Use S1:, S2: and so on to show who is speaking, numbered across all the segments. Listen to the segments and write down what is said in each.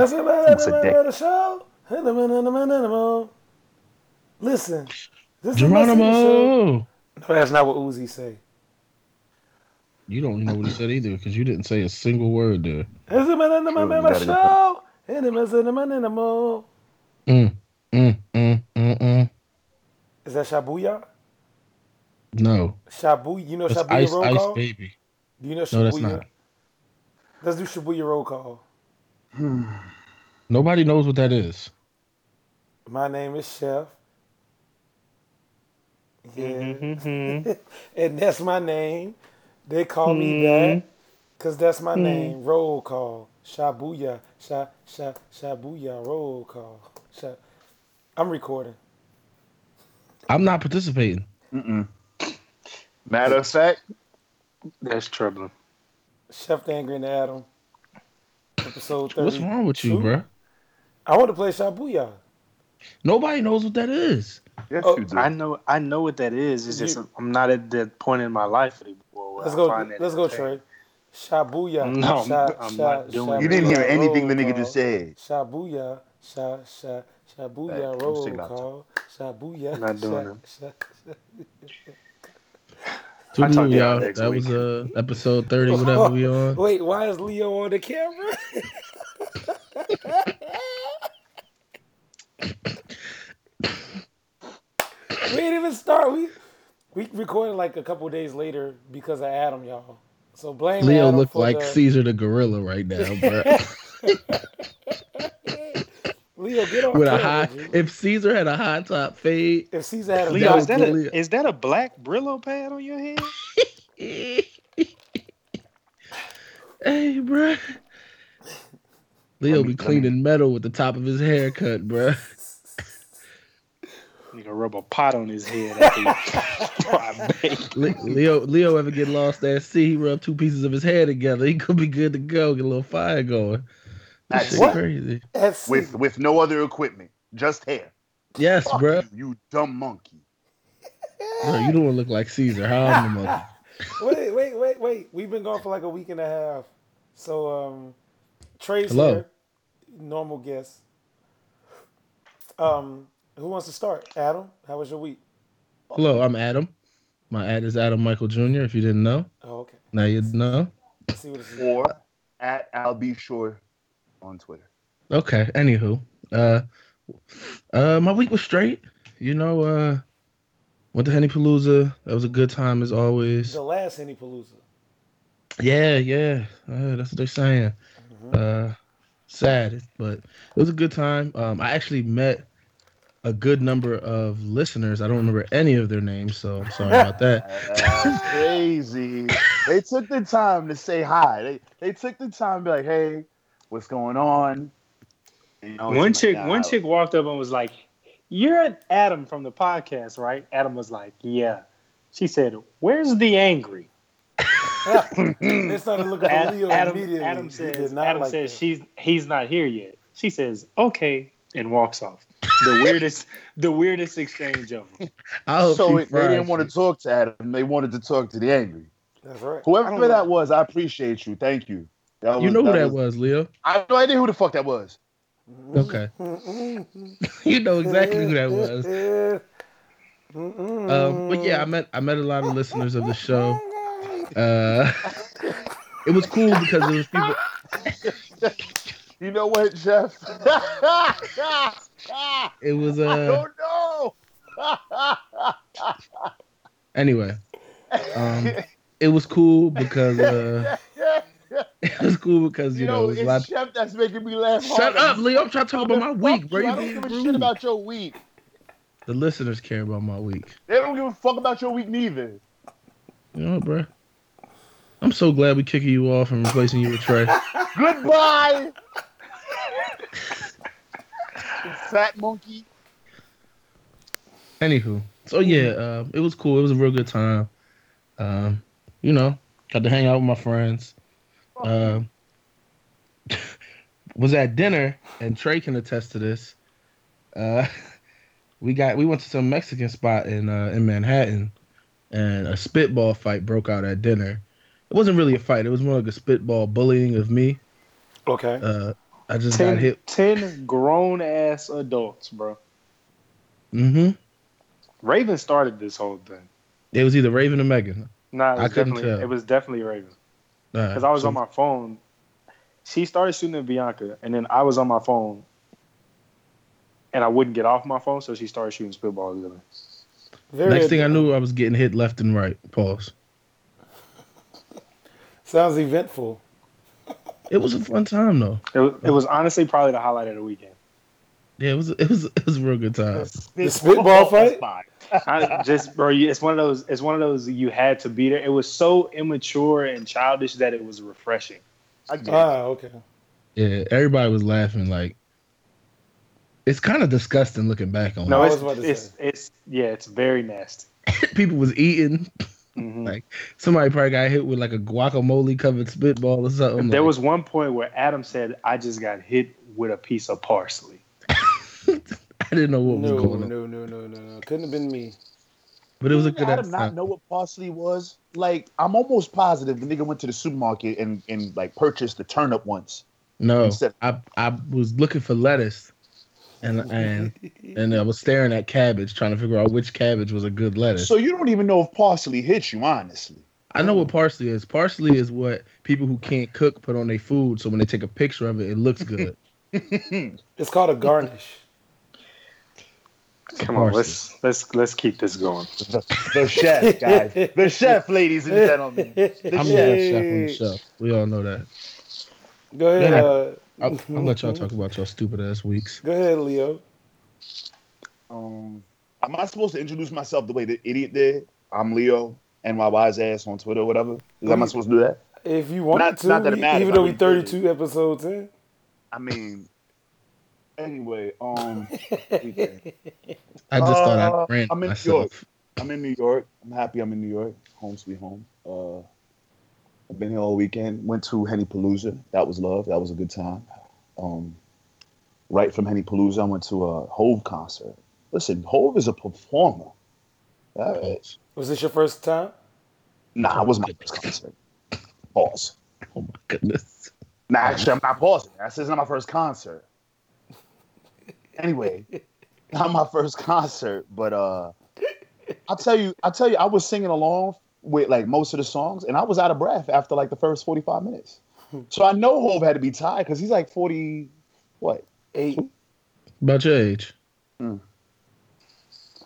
S1: That's about
S2: It's a dick.
S1: the show. Listen, this is my secret show.
S3: Geronimo.
S1: No, that's not what Uzi say.
S3: You don't know what he said either because you didn't say a single word there.
S1: This is my
S2: gotta
S1: show. Is
S3: Mm, mm, mm, mm, mm.
S1: that Shabuya?
S3: No,
S1: Shabuya, you know
S3: that's
S1: Shabuya
S3: Ice
S1: roll
S3: Ice
S1: call?
S3: Baby.
S1: Do you know Shibuya?
S3: No, that's not.
S1: Let's do Shibuya roll call.
S3: Nobody knows what that is.
S1: My name is Chef. Yeah.
S3: Mm-hmm,
S1: and that's my name. They call me
S3: Mm-hmm.
S1: that because that's my name. Roll call. Shabuya. Sha, sha, shabuya. Roll call. Sha. I'm recording.
S3: I'm not participating.
S2: Mm-mm. Matter of fact, that's troubling.
S1: Chef the Angry and Adam. Episode 30.
S3: What's wrong with you, bruh?
S1: I want to play Shabuya.
S3: Nobody knows what that is.
S2: Yes,
S1: Oh,
S2: you do.
S4: I know, I know what that is. It's just
S1: You-
S4: I'm not at that point in my life anymore. where
S1: Let's
S4: I
S1: go.
S4: find that
S1: Let's go,
S4: entertaining.
S1: Trey. Shabuya.
S4: No,
S1: sha,
S4: I'm
S1: sha,
S4: not doing it.
S1: shabuya,
S4: You
S2: you didn't hear anything the
S1: roll
S2: nigga
S1: call.
S2: just said.
S1: Shabuya, sha, sha, shabuya,
S2: Hey,
S1: roll
S2: I'm not
S1: call. Shabuya,
S4: I'm not doing
S1: sha, sha,
S3: Two
S4: I talked to y'all
S3: y'all.
S4: next
S3: That
S4: week.
S3: was uh, episode 30,
S1: sha.
S3: whatever we on.
S1: Wait, why is Leo on the camera? we didn't even start. We we recorded like a couple days later because of Adam, y'all. So blame
S3: Leo
S1: Adam
S3: looked
S1: for
S3: like
S1: the-
S3: Caesar the gorilla right now, bruh.
S1: Leo, get on
S3: With a
S1: camera,
S3: high,
S1: G.
S3: if Caesar had a high top fade,
S1: If Caesar had a
S4: Leo,
S3: That
S4: is
S3: was
S1: dot,
S4: that
S3: Leo.
S4: a is that a black Brillo pad on your head?
S3: hey, bruh.
S2: Let me-
S3: Leo be
S2: let me-
S3: cleaning metal with the top of his haircut, bruh.
S4: Nigga rub a pot on his head. After you- I beg.
S3: Le- Leo Leo ever get lost at sea, he rub two pieces of his hair together. He could be good to go, get a little fire going. That shit
S1: What?
S3: crazy.
S1: at Caesar-
S2: With with no other equipment, just hair.
S3: Yes,
S2: Fuck
S3: bruh.
S2: you, you dumb monkey.
S3: Bro, you don't look like Caesar. How I'm the monkey.
S1: wait, wait, wait, wait. We've been gone for like a week and a half. So um Trey's
S3: Hello.
S1: here. Normal guest. Um, who wants to start? Adam, how was your week?
S3: Hello, I'm Adam. My ad is Adam Michael Jr. If you didn't know,
S1: Oh, okay.
S3: now you know.
S1: Let's see what this is.
S2: Or at I'll be sure on Twitter.
S3: Okay. Anywho, uh, uh, my week was straight. You know, uh, went to Henny Palooza. That was a good time as always.
S1: The last Henny Palooza.
S3: Yeah, yeah, uh, that's what they're saying.
S2: Mm-hmm.
S3: Uh, sad, but it was a good time. Um, I actually met a good number of listeners. I don't remember any of their names, so I'm sorry about that.
S2: That's crazy. They took the time to say hi. They they took the time to be like, hey, what's going on? You know,
S4: One chick,
S2: nah,
S4: one chick walked up and was like, "You're an Adam from the podcast, right?" Adam was like, "Yeah." She said, "Where's the angry?"
S1: they started looking for
S4: Adam,
S1: Leo
S4: Adam,
S1: immediately.
S4: Adam
S1: He
S4: says,
S1: did not
S4: Adam
S1: like
S4: says
S1: that.
S4: she's he's not here yet. She says, okay, and walks off. The weirdest, the weirdest exchange of them.
S3: I hope
S2: so
S3: she
S2: it- they didn't
S3: fries
S2: want
S3: you.
S2: to talk to Adam. They wanted to talk to the angry.
S1: That's right.
S4: I
S2: Whoever
S4: don't
S2: that
S4: know.
S2: was, I appreciate you. Thank you. That
S3: You
S2: was-
S3: know who that
S2: was.
S3: was, Leo.
S2: I have no idea who the fuck that was.
S3: Okay. you know exactly who that was. Um, but yeah, I met I met a lot of listeners of the show. Uh, it was cool because there was people.
S2: You know what, Jeff? I
S3: It was uh
S2: don't know.
S3: anyway. Um, it was cool because uh, it was cool because
S2: you,
S3: you know
S2: know,
S3: it was a
S2: it's
S3: lot.
S2: Jeff that's making me laugh.
S3: Shut
S2: harder.
S3: up, Leo! I'm trying to talk about my week, bro.
S2: I
S3: You
S2: don't
S3: being
S2: give a shit
S3: rude.
S2: about your week.
S3: The listeners care about my week.
S2: They don't give a fuck about your week neither.
S3: You know, bro. I'm so glad we kicking you off and replacing you with Trey.
S2: Goodbye. Fat monkey.
S3: Anywho, so yeah, um, it was cool. It was a real good time. Um, you know, got to hang out with my friends. Um, was at dinner, and Trey can attest to this. Uh, we got we went to some Mexican spot in uh, in Manhattan, and a spitball fight broke out at dinner. It wasn't really a fight. It was more like a spitball bullying of me.
S1: Okay.
S3: Uh, I just
S4: ten,
S3: got hit.
S4: ten grown ass adults, bro.
S3: Mm-hmm.
S4: Raven started this whole thing.
S3: It was either Raven or Megan.
S4: Nah, it
S3: I
S4: was
S3: couldn't
S4: definitely
S3: tell.
S4: it was definitely Raven because I was on my phone. She started shooting at Bianca, and then I was on my phone, and I wouldn't get off my phone, so she started shooting spitballs at me.
S1: Very
S3: Next thing I knew, I was getting hit left and right. Pause.
S1: sounds eventful.
S3: It was a fun time though.
S4: It was, it was
S3: Oh.
S4: honestly probably the highlight of the weekend.
S3: Yeah, it was. It was. It was a real good time.
S1: The spitball fight?
S4: I just bro, you- it's one of those. It's one of those you had to be there. It was so immature and childish that it was refreshing.
S2: I get it.
S1: Ah, okay.
S3: Yeah, everybody was laughing. Like, it's kind of disgusting looking back on.
S4: No,
S1: I
S3: it.
S1: was
S4: it's
S1: about to
S4: it's, it's yeah, it's very nasty.
S3: people was eating.
S4: Mhm.
S3: Like, Somebody probably got hit with like a guacamole covered spitball or something.
S4: there
S3: like-
S4: was one point where Adam said, "I just got hit with a piece of parsley."
S3: I didn't know what was
S1: No,
S3: going on,
S1: no, no, no, no, no. Couldn't have been me.
S3: but it was a
S2: Did
S3: good
S2: Adam
S3: ass
S2: not
S3: time.
S2: know what parsley was? Like, I'm almost positive the nigga went to the supermarket and, and like purchased the turnip once.
S3: No,
S2: Instead-
S3: I I was looking for lettuce, and and and I was staring at cabbage, trying to figure out which cabbage was a good lettuce.
S2: So you don't even know if parsley hits you, honestly.
S3: I know what parsley is. Parsley is what people who can't cook put on their food, so when they take a picture of it, it looks good.
S1: It's called a garnish.
S4: Come on,
S3: Parsley.
S4: let's let's let's keep this going.
S2: The, the chef, guys. The chef, ladies and gentlemen. The
S3: I'm the
S2: chef.
S3: best chef on the shelf. We all know that.
S1: Go ahead.
S3: Yeah.
S1: Uh,
S3: I'll, I'll let y'all talk about y'all stupid ass weeks.
S1: go ahead, Leo.
S4: Um,
S2: Am I supposed to introduce myself the way the idiot did? I'm Leo, NYY's ass on Twitter or whatever. Is am I supposed to do that?
S1: If you want
S2: Not-
S1: to,
S2: not that it
S1: we-
S2: matters,
S1: even
S2: I
S1: though we
S2: mean, really.
S1: 32 episodes in.
S2: I mean, anyway, um,
S3: I just thought
S2: Uh,
S3: I'd rant
S2: I'm in York.
S3: myself.
S2: I'm in New York. I'm happy I'm in New York. Home sweet home. Uh, I've been here all weekend. Went to Henny Palooza. That was love. That was a good time. Um, right from Henny Palooza, I went to a Hove concert. Listen, Hove is a performer. Uh,
S3: Pause.
S1: Was this your first time?
S2: nah, it was my first concert. Pause.
S3: Oh my goodness.
S2: Nah, actually, I'm not pausing. That's this is not my first concert. Anyway, not my first concert, but uh, I'll tell you, I'll tell you, I was singing along with like most of the songs, and I was out of breath after like the first 45 minutes. So I know Hove had to be tired because he's like 40, what?
S1: Eight.
S3: About your age.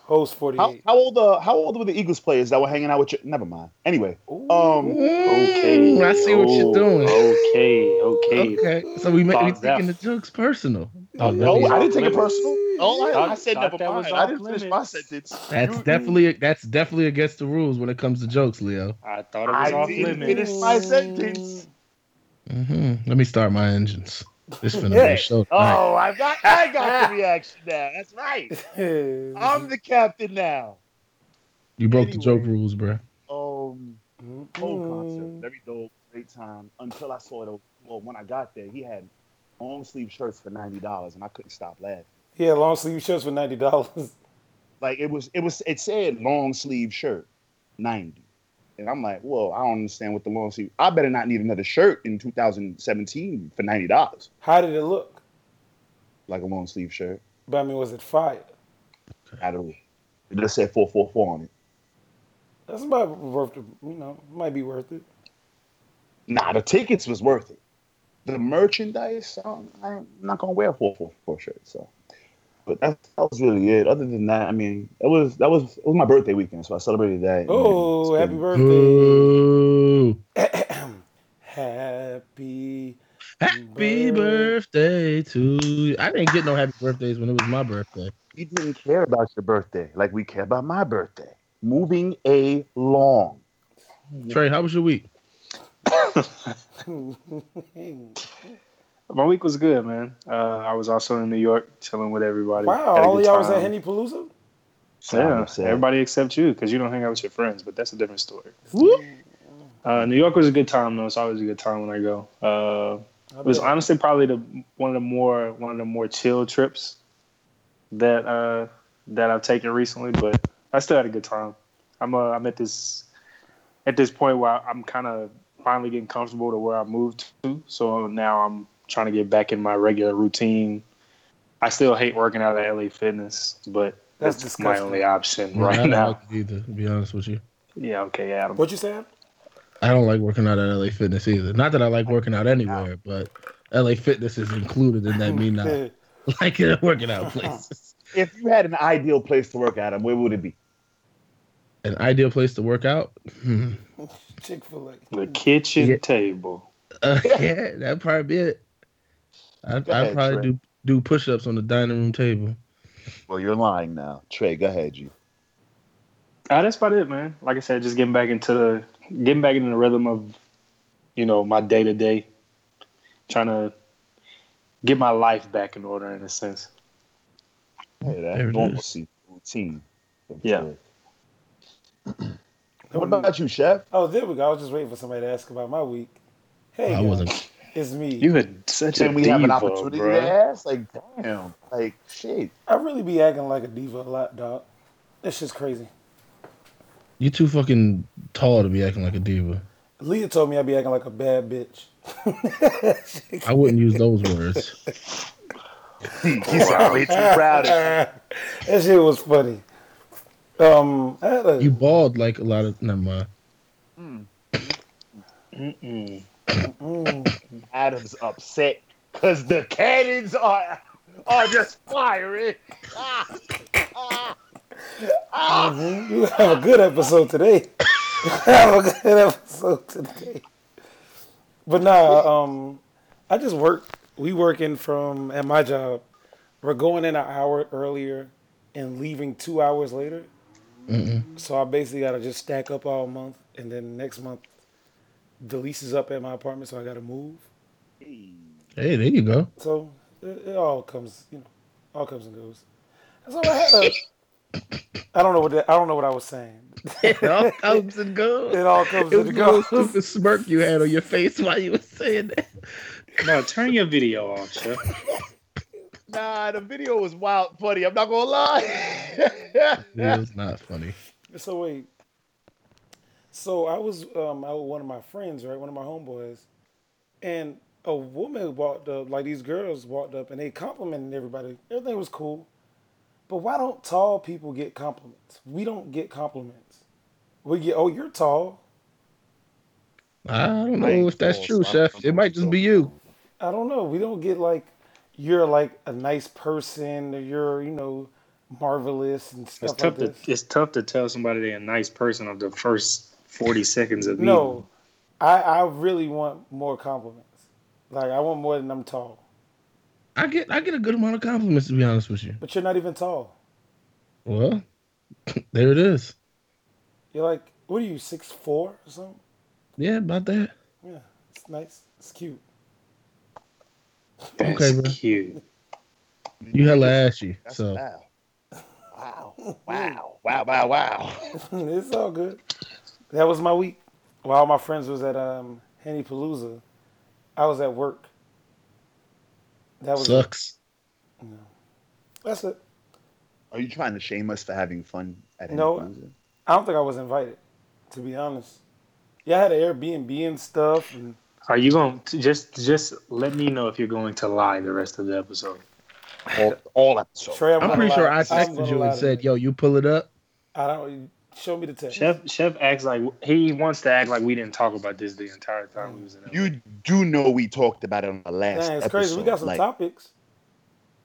S1: Host
S2: How,
S1: 48.
S2: how old uh, how old were the Eagles players that were hanging out with you? Never mind. Anyway, um,
S4: okay,
S3: Mm, I see what you're
S4: oh,
S3: doing.
S4: Okay, okay.
S3: Okay, so we may be
S4: Thought that-
S3: taking the jokes personal.
S1: Oh,
S2: no,
S4: was
S2: I
S4: off
S2: didn't take it
S4: limits.
S2: personal. Oh, I, I
S4: Thought-
S2: said
S4: thought
S2: never
S4: that was
S2: mind. I
S4: off
S2: didn't finish my
S4: limits.
S2: sentence.
S3: That's
S2: You-
S3: definitely that's definitely against the rules when it comes to jokes, Leo.
S4: I thought it was
S2: I
S4: off
S2: didn't
S4: limits.
S2: finish my sentence.
S3: hmm Let me start my engines. This finna be a show. tonight.
S2: Oh, I got I got the reaction now. That's right. I'm the captain now.
S3: you broke the joke
S2: anyway.
S3: rules, bruh.
S2: Um, whole
S4: Mm.
S2: concert, very dope, great time. Until I saw the well, when I got there, he had long sleeve shirts for ninety dollars, and I couldn't stop laughing.
S1: Yeah, long sleeve shirts for ninety dollars.
S2: Like it was, it was, it said long sleeve shirt, ninety, and I'm like, whoa, I don't understand what the long sleeve. I better not need another shirt in 2017 for ninety dollars,
S1: How did it look?
S2: like a long sleeve shirt.
S1: But I mean, was it fire?
S2: Out of it just said four four four on it.
S1: That's about worth. You know, might be worth it.
S2: Nah, the tickets was worth it. The merchandise, um, I ain't- I'm not gonna wear four four four shirts. So, but that, that was really it. Other than that, I mean, it was that was it was my birthday weekend, so I celebrated that. and
S1: Oh,
S2: it's
S1: happy
S2: been-
S1: birthday!
S3: Ooh.
S1: happy.
S3: Happy
S1: Birth-
S3: birthday to you. I didn't get no happy birthdays when it was my birthday.
S2: You didn't care about your birthday like we care about my birthday. Moving along. Mm-hmm.
S3: Trey, how was your week?
S4: My week was good, man. Uh, I was also in New York, chilling with everybody.
S1: wow,
S4: Had a
S1: all of
S4: good
S1: y'all was
S4: time.
S1: at Henny Palooza.
S2: I'm
S4: Yeah,
S2: upset.
S4: everybody except you, because you don't hang out with your friends. But that's a different story. Uh, New York was a good time, though. It's always a good time when I go. Uh, it was honestly probably the one of the more one of the more chill trips that uh, that I've taken recently. But I still had a good time. I'm uh, I'm at this at this point where I'm kind of finally getting comfortable to where I moved to. So now I'm trying to get back in my regular routine. I still hate working out at LA Fitness, but
S1: That's
S4: that's, my
S1: disgusting.
S4: only option
S3: I
S4: right
S3: don't
S4: now.
S3: like it either, to be honest with you.
S4: Yeah, okay, Adam.
S1: What you saying?
S3: I don't like working out at LA Fitness either. Not that I like working out anywhere, but LA Fitness is included in that me not like it working out places.
S2: If you had an ideal place to work, Adam, where would it be?
S3: An ideal place to work out? Hmm.
S1: Chick Fil A.
S4: The kitchen
S3: Yeah.
S4: table.
S3: Uh, yeah, that'd probably be it. I I'd
S2: Go ahead,
S3: probably
S2: Trey.
S3: do do push ups on the dining room table.
S2: Well, you're lying now. Trey, go ahead, G.
S4: Ah, that's about it, man. Like I said, just getting back into the getting back into the rhythm of, you know, my day to day. Trying to get my life back in order in a sense.
S2: Hey,
S3: There it
S2: that
S3: is.
S2: normalcy routine.
S4: Yeah.
S2: What about you, Chef?
S1: Oh, there we go. I was just waiting for somebody to ask about my week. Hey,
S3: I
S1: y'all.
S3: wasn't.
S1: It's me.
S4: You had such
S2: Can
S4: a
S2: we
S4: diva,
S2: have an opportunity
S4: bruh.
S2: to ask? Like, damn. Like, shit.
S1: I really be acting like a diva a lot, dog. That's just crazy.
S3: You too fucking tall to be acting like a diva.
S1: Leah told me I'd be acting like a bad bitch.
S3: I wouldn't use those words.
S2: You sound way too proud of
S1: that shit was funny. Um, I had a-
S3: You bald like a lot of. Never mind.
S4: Mm-mm.
S1: mm,
S2: Adam's upset because the cannons are are just firing. Ah, ah, ah.
S1: mhm. you have a good episode today. have a good episode today. But nah, um, I just work. We working from at my job. We're going in an hour earlier and leaving two hours later.
S3: Mm-mm.
S1: So I basically gotta just stack up all month, and then next month, the lease is up at my apartment, so I gotta move.
S3: Hey, there you go.
S1: So it, it all comes, you know, all comes and goes. So I had a, I don't know what that, I don't know what I was saying.
S3: It all comes and goes.
S1: It all comes
S3: It was
S1: and goes.
S3: the stupid smirk you had on your face while you were saying that.
S4: No, turn your video off, Chef.
S2: Nah, the video was wild funny. I'm not gonna lie.
S3: It was not funny.
S1: So wait. So I was um out with one of my friends, right? One of my homeboys, and a woman walked up, like these girls walked up and they complimented everybody. Everything was cool. But why don't tall people get compliments? We don't get compliments. We get, oh, you're tall.
S3: I don't know if that's true, Chef. It might just be you.
S1: I don't know. We don't get like you're like a nice person or you're, you know, marvelous and
S4: It's
S1: stuff
S4: tough
S1: like
S4: to
S1: this.
S4: it's tough to tell somebody they're a nice person of the first forty seconds of meeting.
S1: No. I, I really want more compliments. Like I want more than I'm tall.
S3: I get I get a good amount of compliments to be honest with you.
S1: But you're not even tall.
S3: Well, there it is.
S1: You're like, what are you, six four or something?
S3: Yeah, about that.
S1: Yeah. It's nice. It's cute.
S4: That's
S3: Okay, bro.
S4: cute.
S3: You hella ashy.
S2: That's
S3: So
S2: wow. Wow. Wow. Wow. Wow. Wow.
S1: it's all good. That was my week. While all my friends was at um Henny Palooza, I was at work. That was it.
S3: sucks.
S1: that's it.
S2: Are you trying to shame us for having fun at any
S1: No.
S2: Palooza?
S1: I don't think I was invited, to be honest. Yeah, I had an Airbnb and stuff, and
S4: Are you going to just just let me know if you're going to lie the rest of the episode?
S2: All, all episodes.
S1: Trey, I'm,
S3: I'm
S1: gonna
S3: pretty sure
S1: lie.
S3: I
S1: I'm
S3: texted
S1: gonna
S3: you
S1: lie
S3: and
S1: to
S3: said,
S1: you.
S3: "Yo, you pull it up."
S1: I don't show me the text.
S4: Chef Chef acts like he wants to act like we didn't talk about this the entire time we was in LA.
S2: You do know we talked about it on the
S1: Dang,
S2: last
S1: it's
S2: episode.
S1: crazy. We got some
S2: like,
S1: topics.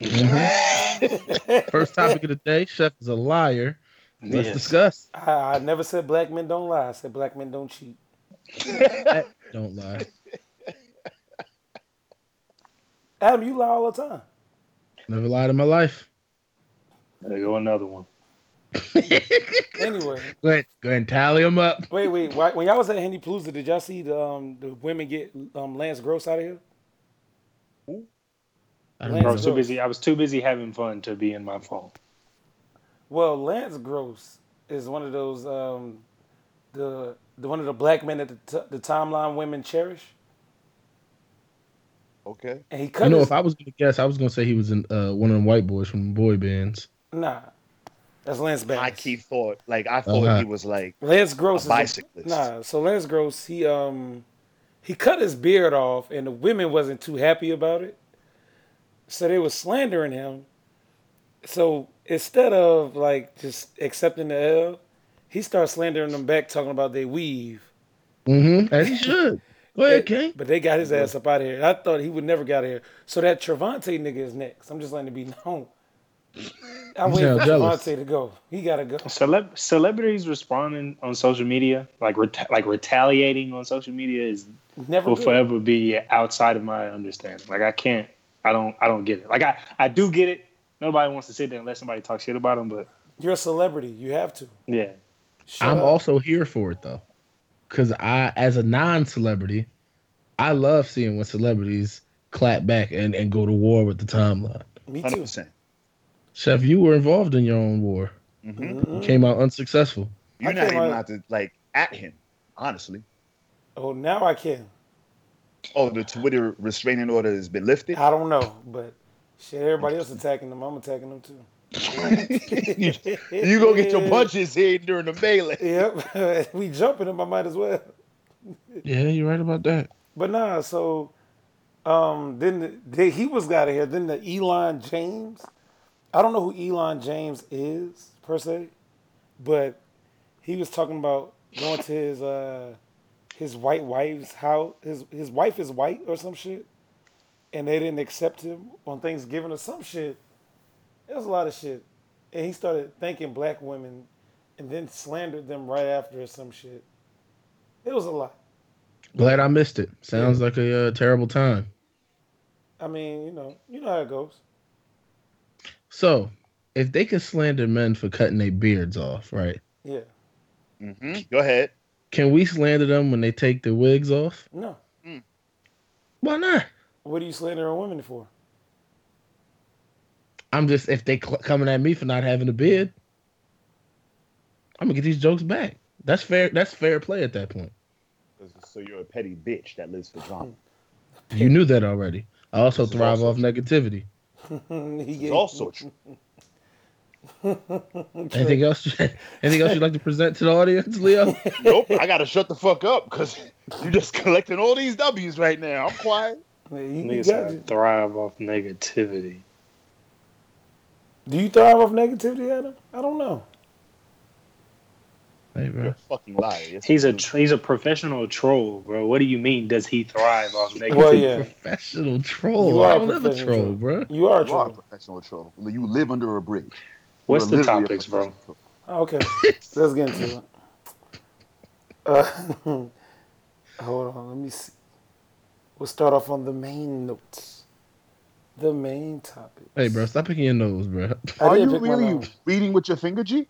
S3: First topic of the day: Chef is a liar. Let's
S4: Yes.
S3: discuss.
S1: I, I never said black men don't lie. I said black men don't cheat.
S3: Don't lie.
S1: Adam, you lie all the time.
S3: Never lied in my life.
S4: There go another one.
S3: go ahead,
S1: Anyway,
S3: go ahead and tally them up.
S1: wait, wait. Why, when y'all was at Henny Palooza, did y'all see the um, the women get um, Lance Gross out of here?
S3: I
S1: Lance
S4: I
S3: remember.
S4: was too
S1: Gross.
S4: busy. I was too busy having fun to be in my phone.
S1: Well, Lance Gross is one of those um, the the one of the black men that the, t- the timeline women cherish,
S2: okay.
S1: and he cut
S3: You know,
S1: his
S3: if I was gonna guess, I was gonna say he was in uh, one of them white boys from boy bands.
S1: nah. That's Lance Bass.
S2: I keep thought like I thought
S3: Uh-huh.
S2: he was like
S1: Lance Gross
S2: A
S1: is
S2: bicyclist.
S1: nah, so Lance Gross, he um he cut his beard off, and the women wasn't too happy about it. So they were slandering him. So instead of like just accepting the L, he starts slandering them back, talking about they weave.
S3: Mm-hmm. As he should. Go ahead, King.
S1: But they got his ass up out of here. I thought he would never get out of here. So that Trevante nigga is next. I'm just letting it be known. I
S3: I'm
S1: wait for
S3: now jealous.
S1: Trevante to go. He gotta go.
S4: Celeb- celebrities responding on social media, like reta- like retaliating on social media, is
S1: Never
S4: will
S1: good.
S4: forever be outside of my understanding. Like I can't, I don't, I don't get it. Like I, I do get it. Nobody wants to sit there and let somebody talk shit about them, but
S1: You're a celebrity. You have to.
S4: yeah,
S1: Shut
S3: I'm
S1: up.
S3: also here for it though, because I, as a non-celebrity, I love seeing when celebrities clap back and, and go to war with the timeline.
S1: Me
S2: Hundred
S1: too.
S2: percent.
S3: Chef, you were involved in your own war. You
S1: Mhm.
S3: came out unsuccessful.
S2: Mm-hmm. You're
S1: I
S2: not
S1: came
S2: even
S1: out-
S2: out to like at him, honestly.
S1: Oh, now I can.
S2: Oh, the Twitter restraining order has been lifted.
S1: I don't know, but shit, everybody else attacking them. I'm attacking them too.
S2: you you go get your punches in during the melee.
S1: Yep, we jumping them. I might as well.
S3: Yeah, you're right about that.
S1: But nah, so um, then the, they, he was out of here. Then the Elon James, I don't know who Elon James is per se, but he was talking about going to his uh, his white wife's house. His his wife is white or some shit, and they didn't accept him on Thanksgiving or some shit. It was a lot of shit, and he started thanking black women, and then slandered them right after or some shit. It was a lot.
S3: Glad I missed it. Sounds like a uh, terrible time.
S1: I mean, you know, you know how it goes.
S3: So, if they can slander men for cutting their beards off, right?
S1: Yeah.
S2: hmm Go ahead.
S3: Can we slander them when they take their wigs off?
S1: No.
S3: Why not?
S1: What are you slandering women for?
S3: I'm just if they cl- coming at me for not having a beard, I'm gonna get these jokes back. That's fair. That's fair play at that point.
S2: So you're a petty bitch that lives for drama.
S3: You knew that already. I also
S2: This is
S3: thrive
S2: also
S3: off negativity.
S2: This is also true.
S3: Anything else? anything else you'd like to present to the audience, Leo?
S2: Nope. I gotta shut the fuck up because you're just collecting all these W's right now. I'm quiet.
S1: Yeah, you- you
S4: niggas
S1: got
S4: gotta
S1: it.
S4: thrive off negativity.
S1: Do you thrive off negativity, Adam? I don't know.
S3: Hey,
S2: You're
S3: bro.
S2: a fucking liar. Yes,
S4: He's a
S2: you do.
S4: tr- he's a professional troll, bro. What do you mean? Does he thrive off negativity?
S1: Well, yeah,
S3: Professional troll.
S1: You are
S3: I
S1: a
S3: don't live a
S1: professional
S3: troll, bro.
S1: you are a
S2: You are a
S1: troll.
S2: professional troll. You live under a bridge.
S4: What's
S2: You're
S4: the
S2: literally a
S4: topics, bro?
S2: professional troll.
S1: Oh, okay, let's get into it. Uh, hold on, let me see. We'll start off on the main notes, the main topic.
S3: Hey, bro, stop picking your nose, bro.
S1: I
S2: Are
S1: did
S2: you
S1: pick one
S2: really
S1: out.
S2: reading with your finger, G?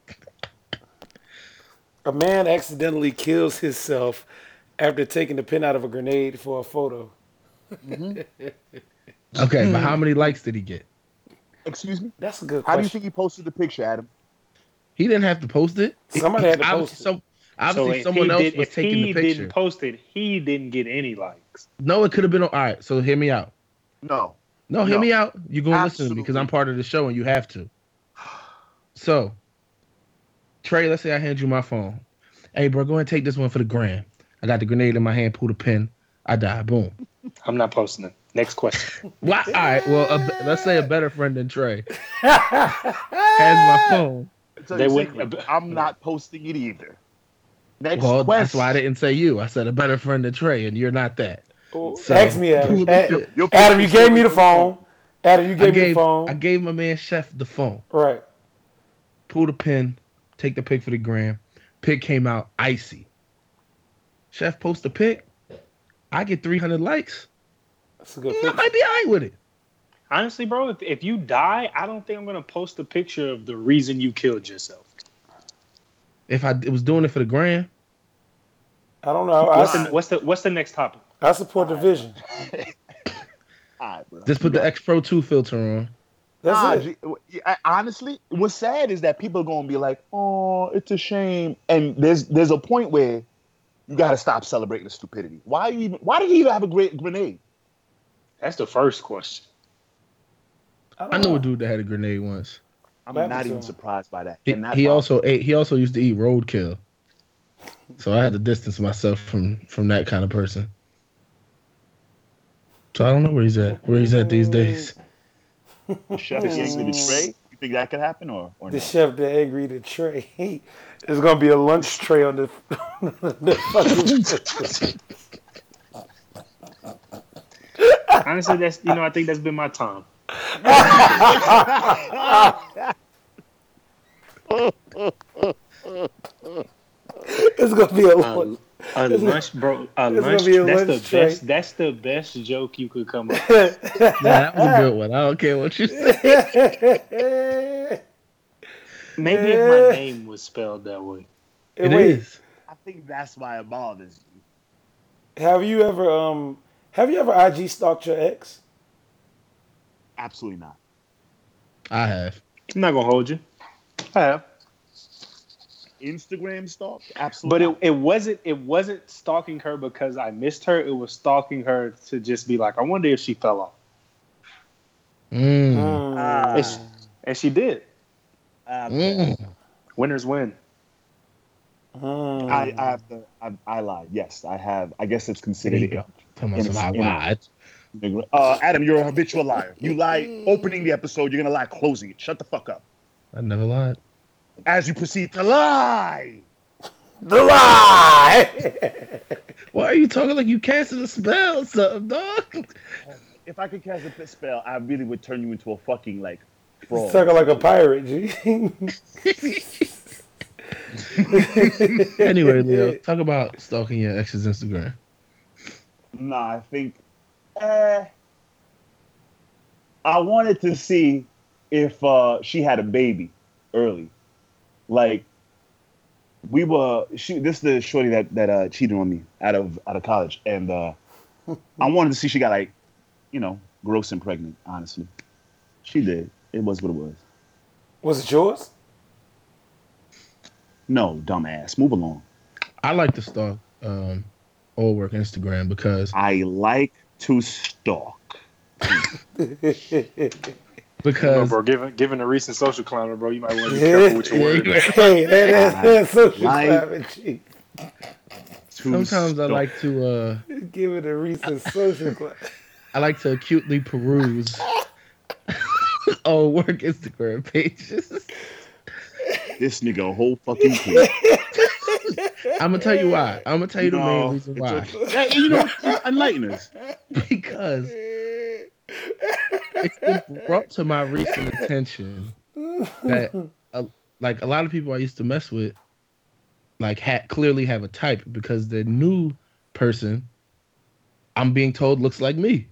S1: A man accidentally kills himself after taking the pin out of a grenade for a photo.
S3: Okay, but how
S4: Hmm.
S3: many likes did he get?
S2: Excuse me.
S1: That's a good
S2: How do you
S1: question.
S2: think he posted the picture, Adam?
S3: He didn't have to post it.
S1: Somebody had to
S3: Obviously,
S1: post it.
S3: some-
S4: So
S3: obviously
S4: if
S3: someone
S4: he
S3: else
S4: did,
S3: was
S4: if
S3: taking
S4: he
S3: the picture.
S4: didn't post it, he didn't get any likes.
S3: no, it could have been. on- All right, so hear me out.
S2: No.
S3: No, hear
S2: No.
S3: me out. You're going to listen to me
S2: Absolutely.
S3: because I'm part of the show and you have to. So, Trey, let's say I hand you my phone. Hey, bro, go ahead and take this one for the gram. I got the grenade in my hand, pulled a pin. I die. Boom.
S4: I'm not posting it. Next question.
S3: Why? All right. Well, a, be- let's say a better friend than Trey has my phone.
S2: I'll tell
S4: They
S2: you a
S4: wouldn't-
S2: secret, I'm not posting it either. Next
S3: Well, that's
S2: question.
S3: why I didn't say you. I said a better friend than Trey, and you're not that.
S1: Oh,
S3: So,
S1: ask me,
S3: pull
S1: Adam.
S3: the
S1: Ad-
S3: pin.
S2: Your
S1: Adam, you
S2: picture
S1: gave me the
S2: showed-
S1: phone. Adam, you gave,
S3: I
S1: me the
S3: gave
S1: phone.
S3: I gave my man Chef the phone.
S1: right.
S3: Pull the pin. Take the pic for the gram. Pic came out icy. Chef post a pic. I get 300 likes.
S1: That's a good
S3: I
S1: picture.
S3: might be alright with it.
S4: Honestly, bro, if, if you die, I don't think I'm gonna post a picture of the reason you killed yourself.
S3: If I was doing it for the gram,
S1: I don't know.
S4: What's the
S1: I,
S4: what's the what's the next topic?
S1: I support the vision.
S2: All right, bro.
S3: just put the X Pro 2 filter on.
S1: That's
S2: Nah,
S1: it.
S2: G- w- I- honestly, what's sad is that people are gonna be like, "Oh, it's a shame," and there's there's a point where you gotta stop celebrating the stupidity. Why you even? Why did he even have a great grenade?
S4: That's the first question.
S3: I know a dude that had a grenade once.
S2: I'm
S1: What happened
S2: not
S1: to
S2: even
S1: him?
S2: surprised by that.
S3: He,
S2: And that
S3: he
S2: bothers-
S3: also ate he also used to eat roadkill. So I had to distance myself from from that kind of person. So I don't know where he's at. Where he's at these days.
S2: The chef is angry to Trey. You think that could happen or, or
S1: The
S2: no?
S1: chef that angry the tray. There's gonna be a lunch tray on the, the fucking.
S4: Honestly, that's you know I think that's been my time.
S1: it's gonna be a
S4: A,
S1: lunch.
S4: a lunch, bro. A
S1: gonna
S4: lunch.
S1: be a
S4: that's
S1: lunch
S4: the
S1: tray.
S4: best. That's the best joke you could come up.
S3: Yeah, that was a good one. I don't care what you say.
S1: it
S4: Maybe if my name was spelled that way.
S3: It
S1: wait,
S3: is.
S2: I think that's why it bothers you.
S1: have you ever um have you ever IG stalked your ex?
S2: Absolutely not.
S3: I have.
S4: I'm not gonna hold you. I have,
S2: Instagram stalk?
S4: but
S2: Absolutely.
S4: it, it wasn't it wasn't stalking her because I missed her. It was stalking her to just be like, I wonder if she fell off,
S3: Mm.
S1: Mm.
S2: Ah.
S4: and she, and she did.
S2: not. Um,
S3: Mm.
S4: Winners win.
S1: Mm.
S2: I, I have to. I, I lied. Yes, I have. I guess it's
S3: There you
S2: considered.
S3: go. Come on, somebody
S2: Yeah.
S3: lied.
S2: Uh, Adam, you're a habitual liar. You lie opening the episode. You're gonna lie closing it. Shut the fuck up.
S3: I never lied.
S2: As you proceed to lie.
S1: the lie.
S3: Why are you talking like you casted a spell or something, dog?
S2: If I could cast a pit spell, I really would turn you into a fucking like
S1: He's
S2: fraud.
S1: talking like a pirate, G.
S3: anyway, Leo, talk about stalking your ex's Instagram.
S2: Nah, I think. Uh, I wanted to see if uh, she had a baby early. Like, we were. She, this is the shorty that that uh, cheated on me out of out of college, and uh, I wanted to see she got like, you know, gross and pregnant. Honestly, she did. It was what it was.
S1: Was it yours?
S2: No, dumbass. Move along.
S3: I like to stalk um, old work Instagram because
S2: I like to stalk.
S4: No,
S3: because
S4: bro. Given given the recent social climate, bro, you might want to be careful with your words.
S1: Hey, that, that, that's social
S2: Like-
S1: climate, G.
S2: To
S3: sometimes I
S2: stalk.
S3: like to uh,
S1: Give it a recent social climate.
S3: I like to acutely peruse old work Instagram pages.
S2: this nigga a whole fucking queen.
S3: I'm gonna tell you why. I'm gonna tell you the main
S2: No,
S3: reason
S2: it's
S3: why.
S2: okay. Yeah, you know, enlighten us.
S3: Because it's been brought to my recent attention that uh, like a lot of people I used to mess with like ha- clearly have a type because the new person I'm being told looks like me.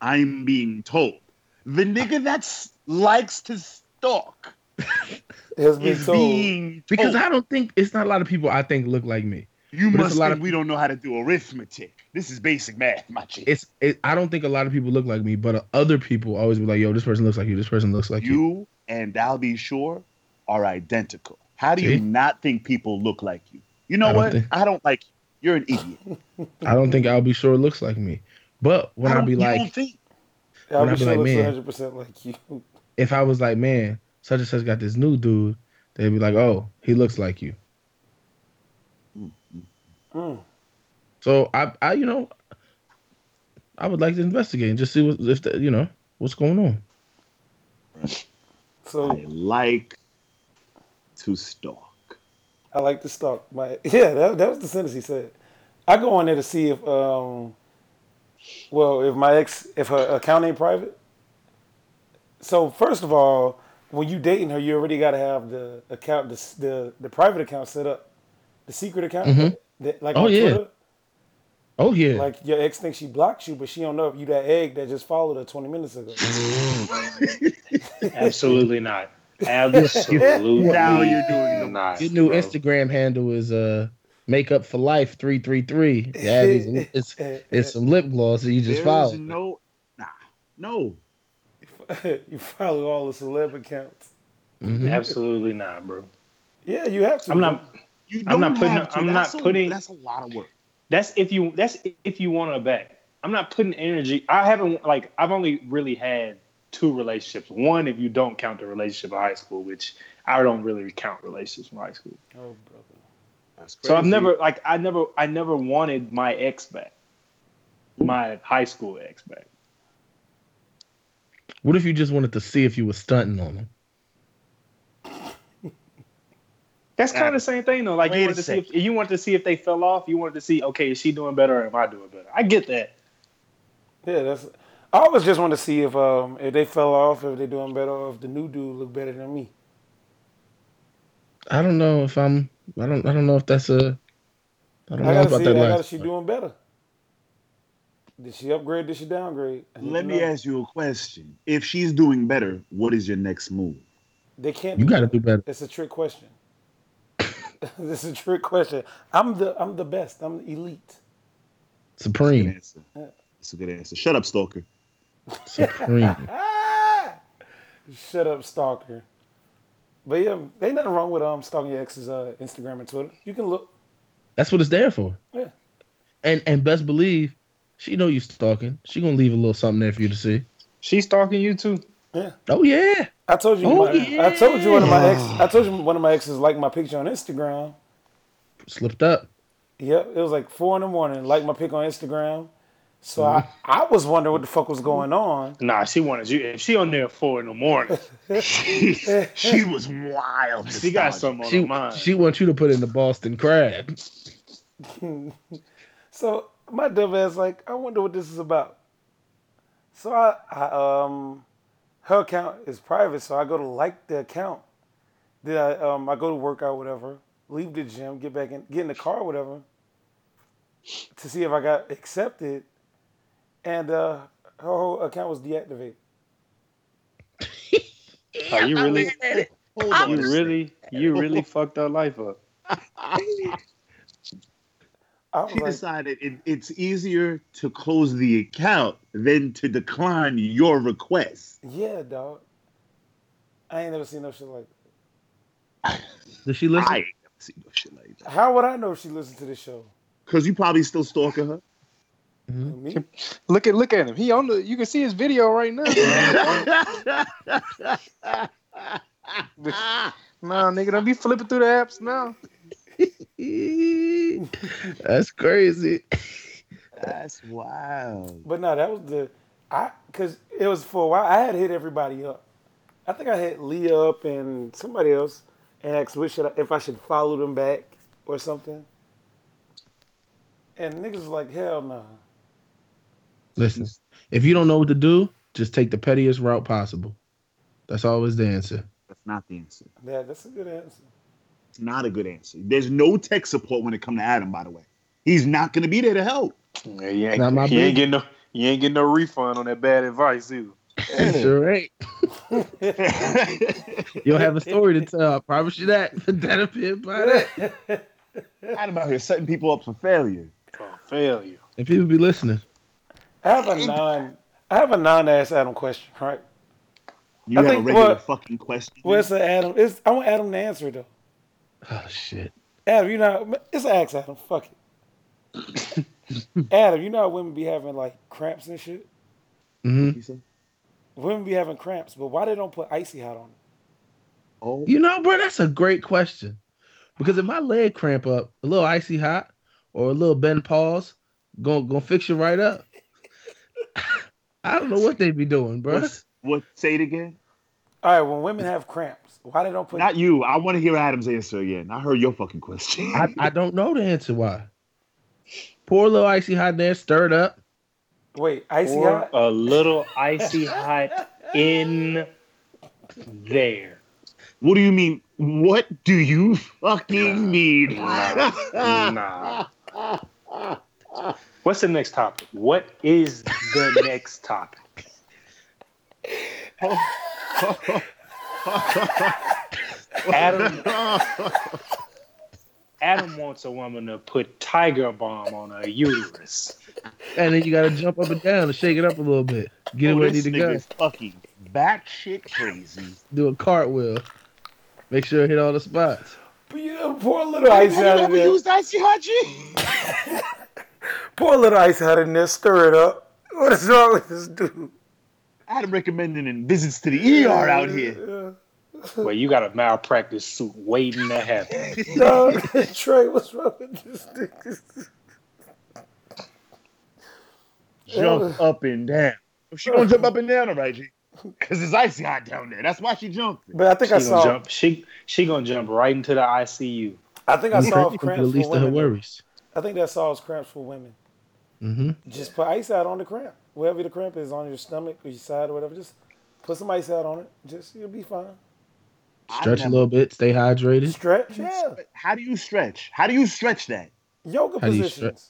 S2: I'm being told the nigga that s- likes to stalk
S1: Has been
S2: is
S1: told.
S2: being
S3: Because
S2: told.
S3: I don't think it's not a lot of people I think look like me.
S2: you
S3: but it's
S2: must
S3: a lot
S2: think
S3: of-
S2: we don't know how to do arithmetic. This is basic math, my chick.
S3: It's it, I don't think a lot of people look like me, but uh, other people always be like, "Yo, this person looks like you. This person looks like you."
S2: you and I'll be sure are identical. How do you
S3: See?
S2: not think people look like you? You know
S3: I don't
S2: what?
S3: think-
S2: I don't like you. You're an idiot.
S3: I don't think I'll be sure it looks like me. But when
S2: I
S3: I
S2: don't,
S3: be
S2: you
S3: like,
S2: don't think
S1: I'll
S3: I'll
S1: be
S3: be
S1: sure
S3: like,
S1: it looks
S3: man.
S1: 100 percent like you.
S3: if I was like, man, such and such got this new dude, they'd be like, oh, he looks like you.
S1: Mm.
S3: So I, I, you know, I would like to investigate and just see what if the, you know what's going on.
S1: So
S2: I like to stalk.
S1: I like to stalk my. Yeah, that, that was the sentence he said. I go on there to see if, um, well, if my ex, if her account ain't private. So first of all, when you dating her, you already got to have the account, the, s- the the private account set up, the secret account,
S3: Mhm.
S1: that- like
S3: Oh,
S1: on
S3: yeah.
S1: Twitter.
S3: Oh yeah,
S1: Like your ex thinks she blocked you, but she don't know if you that egg that just followed her 20 minutes ago.
S3: Mm.
S4: Absolutely not. Absolutely
S2: Now you're doing the
S4: not.
S3: your new
S4: bro.
S3: Instagram handle is uh makeup for life three three three. Yeah, it's, it's it's some lip gloss that you just
S2: There is
S3: followed.
S2: no, nah, no.
S1: you follow all the celeb accounts.
S3: Mhm.
S4: Absolutely not, bro.
S1: Yeah, you have to.
S4: I'm not.
S2: You don't
S4: I'm not putting-
S2: have to.
S4: I'm not
S2: That's a-
S4: putting-
S2: That's a lot of work.
S4: That's if you. That's if you want a back. I'm not putting energy. I haven't like. I've only really had two relationships. One, if you don't count the relationship of high school, which I don't really count relationships from high school.
S1: Oh, brother.
S2: That's
S4: So I've never like. I never. I never wanted my ex back. my high school ex back.
S3: What if you just wanted to see if you were stunting on him?
S4: That's kind of the same thing though. Like
S5: Wait
S4: you wanted
S5: a
S4: to see if you wanted to see if they fell off. You wanted to see, okay, is she doing better or am I doing better? I get that.
S1: Yeah, that's. I always just want to see if um if they fell off, if they doing better, or if the new dude look better than me.
S3: I don't know if I'm. I don't. I don't know if that's a. I
S1: I
S3: don't know
S1: gotta
S3: about
S1: see. I
S3: that
S1: gotta
S3: last.
S1: she doing better. Did she upgrade? Did she downgrade? I need
S2: Let
S1: to
S2: me
S1: know.
S2: ask you a question. If she's doing better, what is your next move?
S1: They can't.
S3: You
S1: do
S3: gotta
S1: that.
S3: do better.
S1: It's a trick question. this is a trick question. I'm the I'm the best. I'm the elite.
S2: Good
S3: Supreme.
S2: answer. That's a good answer. Shut up, Stalker.
S3: Supreme.
S1: Ah! Shut up, stalker. But yeah, ain't nothing wrong with um stalking your ex's uh, Instagram and Twitter. You can look.
S3: That's what it's there for.
S1: Yeah.
S3: And and best believe, she know you stalking. She gonna leave a little something there for you to see.
S4: She's stalking you too.
S3: Oh yeah.
S1: I told you.
S3: Oh,
S1: my, I told you one of my ex.
S2: yeah.
S1: I told you one of my exes liked my picture on Instagram.
S3: Slipped up.
S1: Yep, it was like four in the morning. Liked my pic on Instagram. So I, I was wondering what the fuck was going on.
S4: Nah, she wanted you. If she on there at four in the morning,
S2: she, she was wild.
S4: she got something on
S3: She
S4: her mind.
S3: she wants you to put in the Boston crab.
S1: So my dumb ass like, I wonder what this is about. So I, I um, her account is private, so I go to like the account. Then I um, I go to work out, whatever. Leave the gym, get back in, get in the car, whatever. To see if I got accepted, and uh, her whole account was deactivated.
S4: Are you really?
S2: Hold
S4: You really? You really fucked her life up.
S1: I was
S2: She
S1: like,
S2: decided it, it's easier to close the account than to decline your request.
S1: yeah, dog. I ain't never seen no shit like. That.
S3: Does she
S2: I
S3: listen?
S2: ain't never seen no shit like that.
S1: How would I know if she listened to this show?
S2: Cause you probably still stalking her.
S3: Mhm.
S1: Me?
S4: Look at look at him. He on the. You can see his video right now. nah, nigga, don't be flipping through the apps now.
S3: That's crazy.
S2: That's wild.
S1: But no, that was the I because it was for a while. I had hit everybody up. I think I hit Leah up and somebody else and asked what should I, if I should follow them back or something. And niggas was like, hell no.
S3: Listen, if you don't know what to do, just take the pettiest route possible. That's always the answer.
S2: That's not the answer.
S1: Yeah, that's a good answer.
S2: It's not a good answer. There's no tech support when it comes to Adam, by the way. He's not gonna be there to help.
S4: Yeah, you ain't,
S3: Not my
S4: you
S3: business.
S4: ain't getting no. You ain't getting no refund on that bad advice either.
S3: Sure right.
S2: Adam
S3: You'll have a story to tell. I promise you that. That'll be about it.
S2: out here setting people up for failure.
S4: Oh, failure.
S3: And people be listening.
S1: I have a non I have a non ass Adam question, right?
S2: You
S1: I
S2: have
S1: think
S2: a regular
S1: what-
S2: fucking question.
S1: Well it's an Adam it's I want Adam to answer it, though.
S3: Oh shit.
S1: Adam, you know it's an axe Adam, fuck it. Adam, you know how women be having like cramps and shit?
S3: hmm
S2: You said,
S1: Women be having cramps, but why they don't put icy hot on it?
S2: Oh,
S3: You know, bro, that's a great question. Because if my leg cramp up, a little icy hot or a little bend pause, gonna gonna fix you right up. I don't know what they be doing, bro.
S2: what's- what? Say it again.
S1: All right, when women have cramps, why they don't put
S2: Not you. I want to hear Adam's answer again. I heard your fucking question.
S3: I, I don't know the answer why. Pour a little icy hot in there, stir it up.
S1: wait icy
S4: Or
S1: hot?
S4: a little icy hot in there.
S2: what do you mean? What do you fucking mean?
S4: Nah, nah. What's the next topic? What is the next topic? Adam Adam wants a woman to put tiger bomb on her uterus.
S3: And then you gotta jump up and down and shake it up a little bit. Get it
S2: Oh,
S3: where it
S2: this
S3: need to
S2: nigga
S3: go.
S2: is fucking batshit crazy.
S3: Do a cartwheel. Make sure it hit all the spots.
S1: You pour a little ice hot in there.
S2: icy
S1: Pour a little ice hot in there. Stir it up. What is wrong with this dude?
S2: Adam recommending in visits to the ER out here.
S4: Well, you got a malpractice suit waiting to happen.
S1: Dog, Trey, what's wrong with this dude?
S2: jump up and down. If she gonna jump up and down, all right, G. Cause it's icy hot down there. That's why she jumped.
S1: But I think
S4: She
S1: I
S4: gonna
S1: saw.
S4: jump. She she gonna jump right into the ICU.
S1: I think I saw cramps
S3: release
S1: for
S3: to her
S1: women.
S3: worries.
S1: I think that solves cramps for women.
S3: Mm-hmm.
S1: Just put ice out on the cramp, wherever the cramp is on your stomach or your side or whatever. Just put some ice out on it. Just you'll be fine.
S3: Stretch a little bit, stay hydrated.
S1: Stretch, yeah.
S2: How do you stretch? How do you stretch that?
S1: Yoga
S3: How do you stretch?
S1: positions.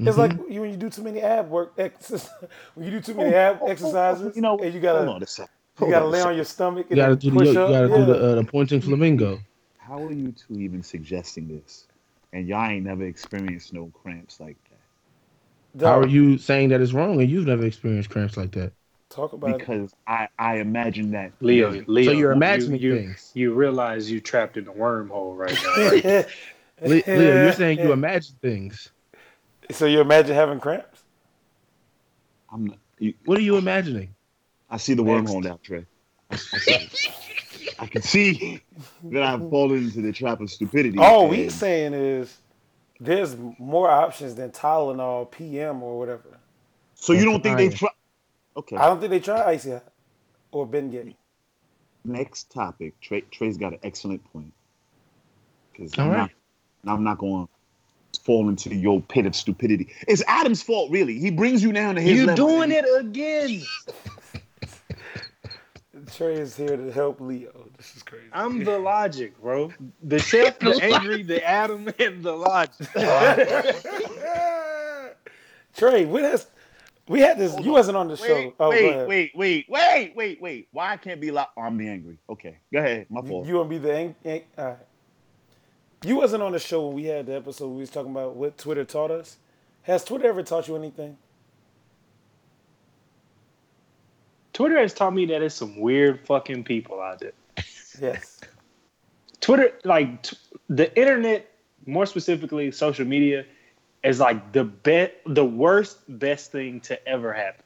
S1: It's like
S3: Mm-hmm.
S1: you, when you do too many ab work exercises. when you do too many
S2: Oh,
S1: ab
S2: oh, oh,
S1: exercises,
S2: you know,
S1: and you
S2: hold on
S1: gotta
S2: a second.
S1: you
S2: Hold
S1: gotta
S2: a
S1: lay on
S2: second.
S1: your stomach
S3: Mm-hmm. You
S1: and then
S3: gotta do the
S1: push
S3: yo-
S1: up.
S3: you gotta
S1: yeah.
S3: do the, uh, the pointing flamingo.
S2: How are you two even suggesting this? And y'all ain't never experienced no cramps like that.
S3: How
S1: Dog,
S3: are you saying that it's wrong and you've never experienced cramps like that?
S1: Talk about it.
S2: Because I, I imagine that
S4: Leo,
S3: So
S4: Leo.
S3: you're
S4: you-
S3: imagining
S4: you,
S3: things.
S4: You realize you trapped in a wormhole right now. right?
S3: Le- Leo, you're saying you imagine things.
S1: So you imagine having cramps?
S2: I'm you,
S3: What are you imagining?
S2: I see the wormhole now, Trey. I, I see it. I can see that I've fallen into the trap of stupidity.
S1: All Oh, we
S2: and
S1: saying is there's more options than Tylenol PM or whatever.
S2: So you don't think they
S3: Fire.
S2: try? Okay.
S1: I don't think they try icy hot or Ben Gay.
S2: Next topic. Trey, Trey's got an excellent point. Because
S3: All
S2: I'm,
S3: right.
S2: not, I'm not going to fall into your pit of stupidity. It's Adam's fault, really. He brings you down to his level.
S4: it again.
S1: Trey is here to help Leo. This is crazy.
S4: I'm the logic, bro. The chef, the angry, the Adam, and the logic.
S1: Trey, what has we had this?
S2: Hold
S1: you
S2: on.
S1: wasn't on the show.
S2: Wait,
S1: Oh, go
S2: wait,
S1: ahead.
S2: wait, wait, wait, wait, wait. Why I can't be like, oh, I'm the angry. Okay. Go ahead. My fault.
S1: You want to be the ang- ang- all right. You wasn't on the show when we had the episode. Where we was talking about what Twitter taught us. Has Twitter ever taught you anything?
S4: Twitter has taught me that it's some weird fucking people out there.
S1: Yes.
S4: Twitter, like t- the internet, more specifically social media, is like the best, the worst, best thing to ever happen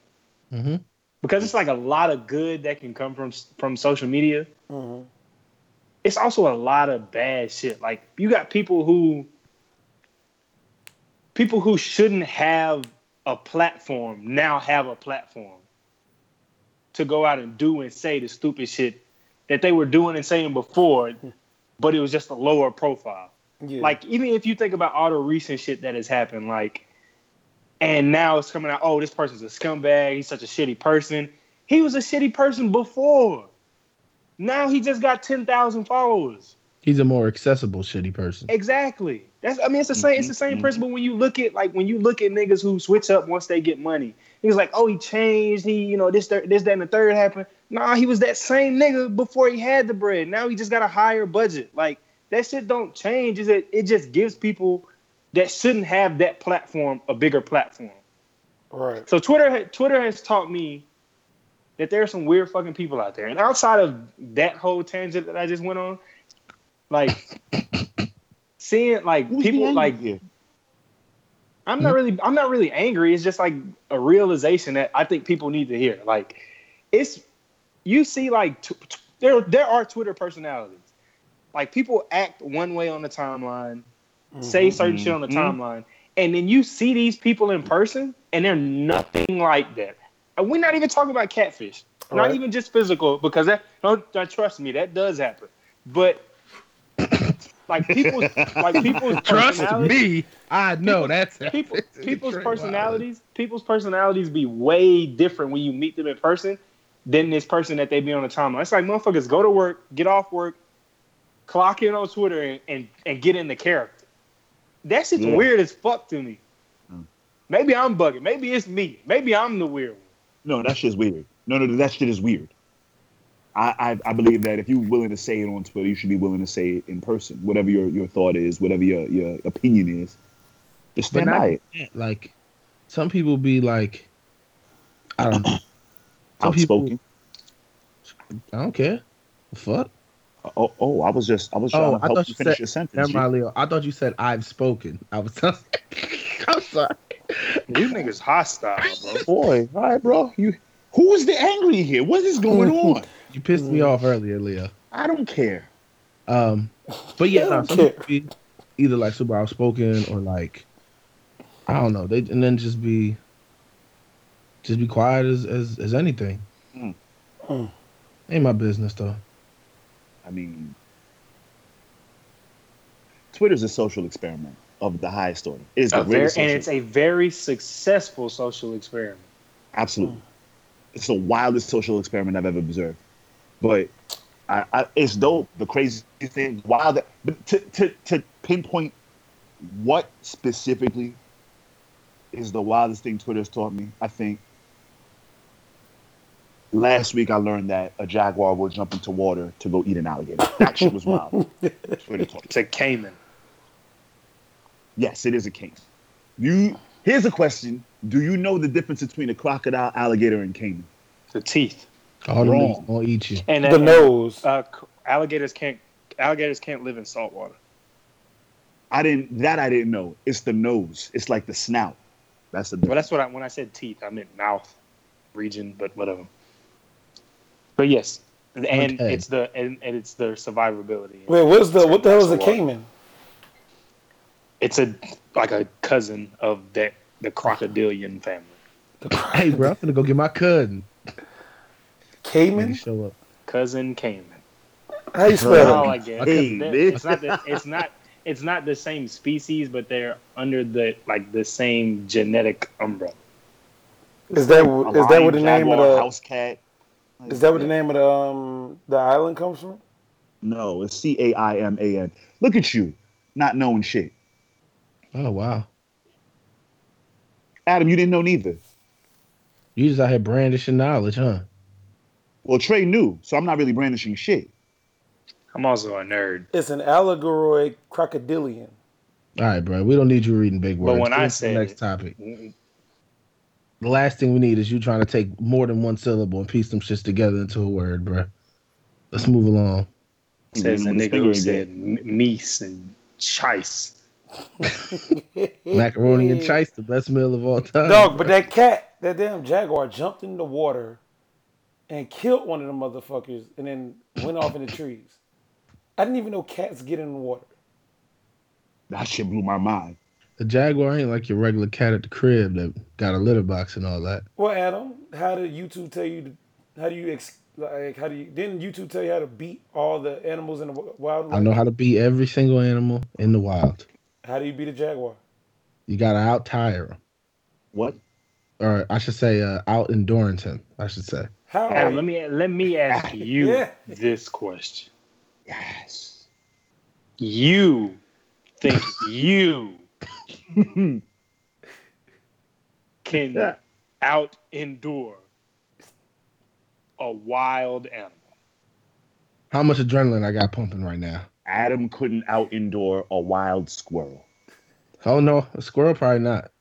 S3: Mm-hmm.
S4: because it's like a lot of good that can come from s- from social media.
S1: Mhm.
S4: It's also a lot of bad shit. Like you got people who people who shouldn't have a platform now have a platform to go out and do and say the stupid shit that they were doing and saying before, but it was just a lower profile.
S1: Yeah.
S4: Like even if you think about all the recent shit that has happened, like, and now it's coming out. Oh, this person's a scumbag. He's such a shitty person. He was a shitty person before. Now he just got ten thousand followers.
S3: He's a more accessible shitty person.
S4: Exactly. That's. I mean, it's the same. It's the same
S2: Mhm.
S4: principle when you look at like when you look at niggas who switch up once they get money. He's like, oh, he changed. He, you know, this, thir- this, that, and the third happened. Nah, he was that same nigga before he had the bread. Now he just got a higher budget. Like that shit don't change. Is it? It just gives people that shouldn't have that platform a bigger platform.
S1: right.
S4: So Twitter, Twitter has taught me that there are some weird fucking people out there. And outside of that whole tangent that I just went on, like seeing like
S2: Who's the
S4: people
S2: angry
S4: like
S2: here?
S4: I'm not really I'm not really angry. It's just like a realization that I think people need to hear. Like it's you see like t- t- there there are Twitter personalities. Like people act one way on the timeline,
S1: Mm-hmm.
S4: say certain shit on the
S2: Mhm.
S4: timeline, and then you see these people in person and they're nothing like that. And we're not even talking about catfish.
S1: Right.
S4: Not even just physical because that no no, trust me, that does happen. But like people like people's
S3: Trust
S4: personalities-
S3: me, I know that's
S4: people people's
S3: Trey Wilder.
S4: personalities people's personalities be way different when you meet them in person than this person that they be on the timeline. It's like motherfuckers go to work, get off work, clock in on Twitter and and, and get in the character. That shit's
S2: Yeah.
S4: weird as fuck to me.
S2: Mm.
S4: Maybe I'm bugging. Maybe it's me. Maybe I'm the weird one.
S2: No, that shit's weird. No, no, that shit is weird. I, I, I believe that if you're willing to say it on Twitter, you should be willing to say it in person. Whatever your, your thought is, whatever your, your opinion is, just
S3: But
S2: stand
S3: not-
S2: by it.
S3: Like some people be like, I don't, I Some people-
S2: Outspoken.
S3: don't care. The fuck.
S2: Oh, oh, I was just I was trying
S3: Oh,
S2: to
S3: I
S2: help
S3: thought
S2: you
S3: you
S2: finish
S3: said-
S2: your
S3: Never
S2: sentence. G.
S3: mind, Leo. I thought you said I've spoken. I was. I'm sorry.
S4: You niggas hostile, bro.
S2: Boy, all right, bro. You who is the angry here? What is going on?
S3: You pissed
S4: Mm.
S3: me off earlier, Leo.
S2: I don't care.
S3: Um, but yeah, nah, some
S1: Okay.
S3: people be either like super outspoken or like I don't know. They and then just be just be quiet as as, as anything.
S2: Mm.
S1: Mm.
S3: Ain't my business though.
S2: I mean, Twitter's a social experiment of the highest order. It is the
S4: A very,
S2: greatest
S4: and
S2: social-
S4: it's a very successful social experiment.
S2: Absolutely. It's the wildest social experiment I've ever observed. But I, I, it's dope. The crazy thing, wild. But to, to, to pinpoint what specifically is the wildest thing Twitter's taught me, I think last week I learned that a jaguar will jump into water to go eat an alligator. That shit was wild. Twitter taught me.
S4: It's a Cayman.
S2: Yes, it is a case. You here's a question: Do you know the difference between a crocodile, alligator, and caiman?
S4: The teeth.
S3: All the
S2: Wrong.
S3: niggas gonna eat you.
S4: And
S1: The
S4: and,
S1: nose.
S4: Uh, c- alligators can't alligators can't live in salt water.
S2: I didn't. That I didn't know. It's the nose. It's like the snout. That's the.
S4: Well, that's what I when I said teeth, I meant mouth region, but whatever. But yes, and
S3: Okay.
S4: it's the and, and it's the survivability.
S1: Wait, what's the what the hell is a
S4: That's a lot.
S1: caiman?
S4: It's a like a cousin of that the crocodilian family.
S3: Hey, bro, I'm gonna go get my cousin. When he
S1: Cayman?
S3: show up.
S4: Cousin Cayman.
S1: How you
S4: Oh,
S1: spell
S4: I
S1: it?
S4: guess.
S2: Hey,
S4: That-
S2: bitch.
S4: it's not. The, it's not. It's not the same species, but they're under the like the same genetic umbrella.
S1: Is that
S2: A
S1: is that
S2: lion,
S1: what the name of
S2: jaguar,
S1: the
S2: house cat?
S1: is that what the name of the um the island comes from?
S2: No, it's C A I M A N. Look at you, not knowing shit.
S3: Oh wow,
S2: Adam, you didn't know neither.
S3: you just out here brandishing knowledge, huh?
S2: Well, Trey knew, so I'm not really brandishing shit.
S4: I'm also a nerd,
S1: It's an allegoric crocodilian.
S3: All right, bro. We don't need you reading big
S4: But
S3: words.
S4: when I
S3: Go to the
S4: said
S3: next
S4: it-
S3: topic, the last thing we need is you trying to take more than one syllable and piece some shits together into a word, bro. Let's move along.
S4: says the
S2: With his
S4: nigga
S2: finger
S4: who
S2: in
S4: said m- meese and chice.
S3: Macaroni and chice, the best meal of all time.
S1: Dog, but that cat, that damn jaguar jumped in the water and killed one of the motherfuckers and then went off in the trees. I didn't even know cats get in the water.
S2: That shit blew my mind.
S3: the jaguar ain't like your regular cat at the crib that got a litter box and all that.
S1: Well, Adam, how did YouTube tell you? To, how do you ex, like? How do you? Didn't YouTube tell you how to beat all the animals in the wi- wildlife?
S3: I know how to beat every single animal in the wild.
S1: How do you beat a jaguar?
S3: You gotta out tire them,
S2: What?
S3: or I should say, uh, out endurance him. I should say.
S1: How? are
S4: Adam,
S1: you-
S4: let me let me ask you
S1: Oh. Yeah.
S4: this question.
S2: Yes.
S4: You think you can out endure a wild animal?
S3: How much adrenaline I got pumping right now?
S2: Adam couldn't out indoor a wild squirrel.
S3: Oh no, a squirrel probably not.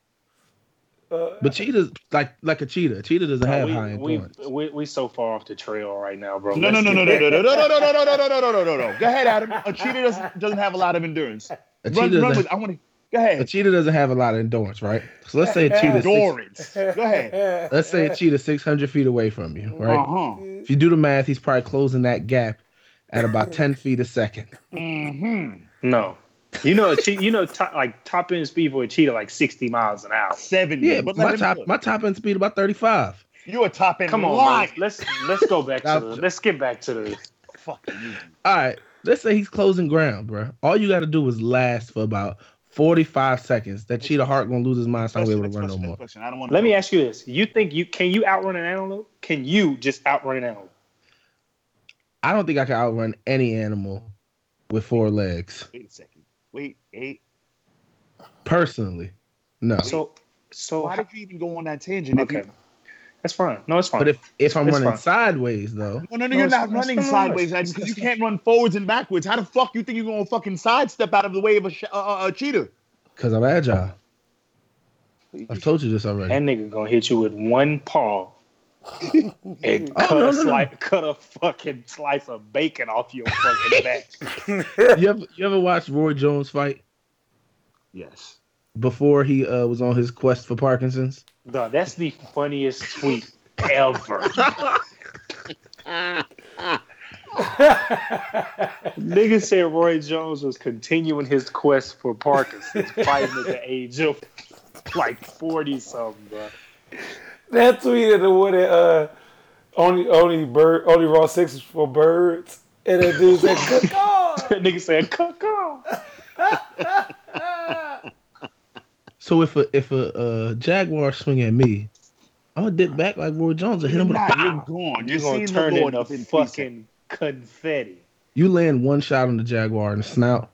S1: uh,
S3: But cheetahs, like like a cheetah, a cheetah doesn't have high
S4: we,
S3: endurance.
S4: we, we we so far off the trail right now, bro.
S2: No, no,
S4: Let's
S2: no, no,
S4: get-
S2: no, no, no, no, no, no, no, no, no, no, no, no, no, no, no. Go ahead, Adam. A cheater doesn't doesn't have a lot of endurance.
S3: a cheetah,
S2: Run, run
S3: doesn't,
S2: with. I want to. Go
S3: a
S2: ahead.
S3: cheetah doesn't have a lot of endurance, right? So let's say a cheetah, six,
S2: Endurance. Go ahead.
S3: let's say a cheetah six hundred feet away from you, right?
S2: Uh huh.
S3: If you do the math, he's probably closing that gap at about ten feet a second.
S2: Mm-hmm.
S4: No. You know, a che- you know, top, like top end speed for a cheetah like sixty miles an hour.
S2: Seventy.
S3: Yeah,
S2: but
S3: my
S2: let
S3: top
S2: him
S3: my
S2: my,
S3: top end speed about thirty five.
S2: You're a top end.
S4: Come on,
S2: lie.
S4: bro. let's let's go back to the, let's get back to the
S2: Fucking you.
S3: All right, let's say he's closing ground, bro. All you got to do is last for about forty five seconds. That cheetah heart gonna lose his mind. So I'm
S2: Question,
S3: able
S2: next
S3: to run no
S2: question,
S3: more.
S2: next question. I don't want.
S4: Let me ask you this: You think you can you outrun an antelope? Can you just outrun an antelope?
S3: I don't think I can outrun any animal with four legs.
S2: Wait a second. Wait. Eight.
S3: Personally, no.
S4: So, so
S2: Why did you even go on that tangent? if
S4: Oh, okay,
S2: you-
S4: that's fine. No, it's fine.
S3: But if if I'm
S4: It's
S3: running
S4: fine.
S3: sideways though,
S2: No, no, no,
S4: No,
S2: you're
S4: it's-
S2: not
S4: it's
S2: running
S4: not.
S2: sideways, Adam, because you can't run forwards and backwards. How the fuck you think you're gonna fucking sidestep out of the way of a, sh- uh, uh, a cheater?
S3: because I'm agile. I've told you this already.
S4: that nigga gonna hit you with one paw and
S3: Oh,
S4: cut
S3: no,
S4: a
S3: no, no.
S4: slice, cut a fucking slice of bacon off your fucking back.
S3: you ever you ever watched Roy Jones fight
S2: Yes.
S3: before he uh, was on his quest for Parkinson's?
S4: No, that's the funniest tweet ever. Nigga said Roy Jones was continuing his quest for Parkinson's, fighting at the age of like forty something, bro.
S1: that tweet of the one that uh, only only bird only raw six is for birds, and that dude said cook off.
S4: That nigga said, "Cook on."
S3: So if a if a uh, jaguar swing at me, I'm gonna dip back like Roy Jones and hit him with a
S2: Nah,
S3: pow.
S2: you're gone. You're
S4: You're gonna
S2: seeing
S4: turn
S2: the Lord
S4: into
S2: up in fucking.
S4: fucking confetti.
S3: You land one shot on the jaguar in the snout,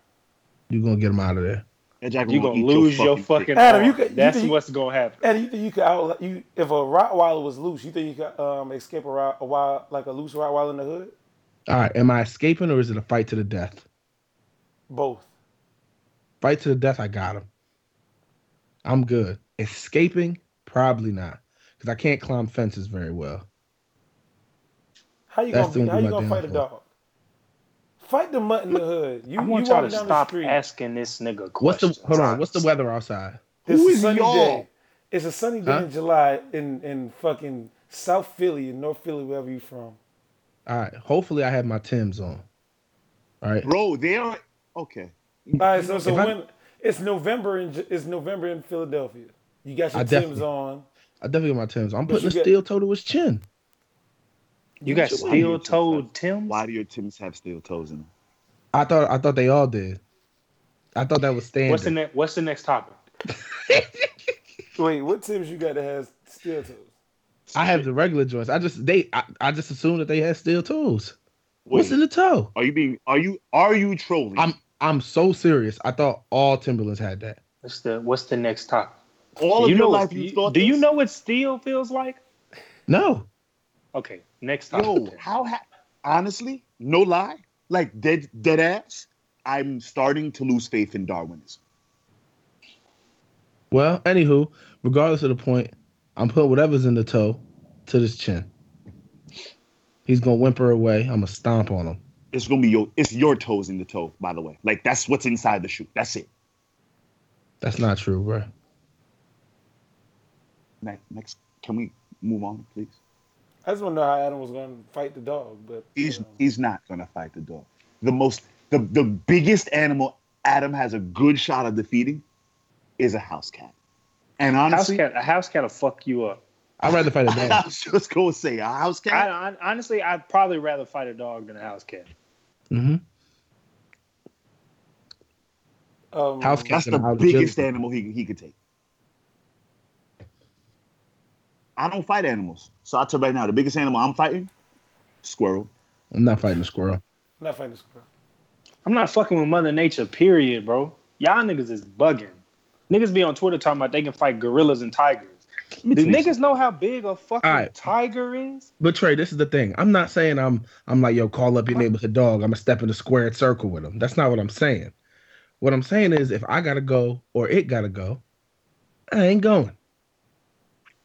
S3: you're gonna get him out of there.
S4: You're gonna lose your fucking.
S1: Adam,
S4: arm.
S1: you could- you
S4: That's
S1: could-
S4: what's gonna happen.
S1: And you think you could out you if a Rottweiler was loose, you think you could um, escape a, Rott, a wild like a loose Rottweiler in the hood?
S3: All right, am I escaping or is it a fight to the death?
S1: Both.
S3: Fight to the death, I got him. I'm good. Escaping, probably not, because I can't climb fences very well.
S1: How you
S3: That's
S1: gonna be,
S3: gonna
S1: how
S3: be
S1: you
S3: my
S1: gonna fight a
S3: downfall.
S1: dog? Fight the mutt in the hood. You
S4: I
S1: you
S4: want y'all to
S1: walking down
S4: stop
S1: the street.
S4: asking this nigga
S3: What's the
S4: questions.
S3: hold on? What's the weather outside?
S1: It's
S2: Who
S1: a
S2: is
S1: sunny
S2: y'all?
S1: day. It's a sunny day
S3: Huh?
S1: in July in, in fucking South Philly, in North Philly, wherever you from.
S3: All right. Hopefully, I have my Tim's on. All right.
S2: Bro, they are okay.
S1: All right, so, so
S3: If I-
S1: when it's November in Ju- it's November in Philadelphia. You got your
S3: I
S1: Tim's
S3: definitely-
S1: on.
S3: I definitely got my Tim's. on. I'm
S1: But
S3: putting
S1: you
S3: a
S1: get-
S3: steel toe to his chin.
S4: You got
S2: Why do
S4: steel
S2: your tips
S4: toed
S2: have-
S4: Tim's?
S2: Why do your Tim's have steel toes in them?
S3: I thought I thought they all did. I thought that was standard.
S4: What's the next? What's the next topic?
S1: Wait, what Tim's you got that has steel toes?
S3: I have the regular joints. I just they I, I just assumed that they had steel toes. What's
S2: Wait,
S3: in the toe?
S2: are you being? Are you? Are you trolling?
S3: I'm I'm so serious. I thought all Timberlands had that.
S4: What's the What's the next topic?
S2: All of
S4: you
S2: your
S4: know,
S2: life, you,
S4: you,
S2: thought.
S4: do you
S2: this?
S4: know what steel feels like?
S3: No.
S4: Okay, next topic.
S2: Yo,
S4: then.
S2: how? Ha- honestly, no lie, like dead, dead ass. I'm starting to lose faith in Darwinism.
S3: Well, anywho, regardless of the point, I'm putting whatever's in the toe to this chin. He's gonna whimper away. I'm gonna stomp on him.
S2: It's gonna be your. It's your toes in the toe, by the way. Like that's what's inside the shoe. That's it.
S3: That's not true, bro.
S2: Next, next can we move on, please?
S1: I just want to know how Adam was going to fight the dog, but you
S2: He's
S1: know.
S2: he's not gonna fight the dog. The most, the the biggest animal Adam has a good shot of defeating is a house cat. And
S4: house
S2: honestly,
S4: cat, a house cat will fuck you up.
S3: I'd rather fight a
S2: I
S3: dog.
S2: was just gonna say a house cat.
S4: I, I honestly, I'd probably rather fight a dog than a house cat.
S3: hmm
S1: um,
S3: House cat.
S2: That's the
S3: Gonna
S2: biggest
S3: out-agility.
S2: animal he he could take. I don't fight animals, so I tell you right now, the biggest animal I'm fighting, squirrel.
S3: I'm not fighting a squirrel.
S1: I'm not fighting this girl.
S4: I'm not fucking with Mother Nature, period, bro. Y'all niggas is bugging. Niggas be on Twitter talking about they can fight gorillas and tigers.
S2: Let me
S4: Do
S2: tell you
S4: niggas know how big a fucking
S3: Alright.
S4: tiger is?
S3: But Trey, this is the thing. I'm not saying I'm I'm like yo call up your neighborhood dog. I'm gonna step in a squared circle with him. That's not what I'm saying. What I'm saying is if I gotta go or it gotta go, I ain't going.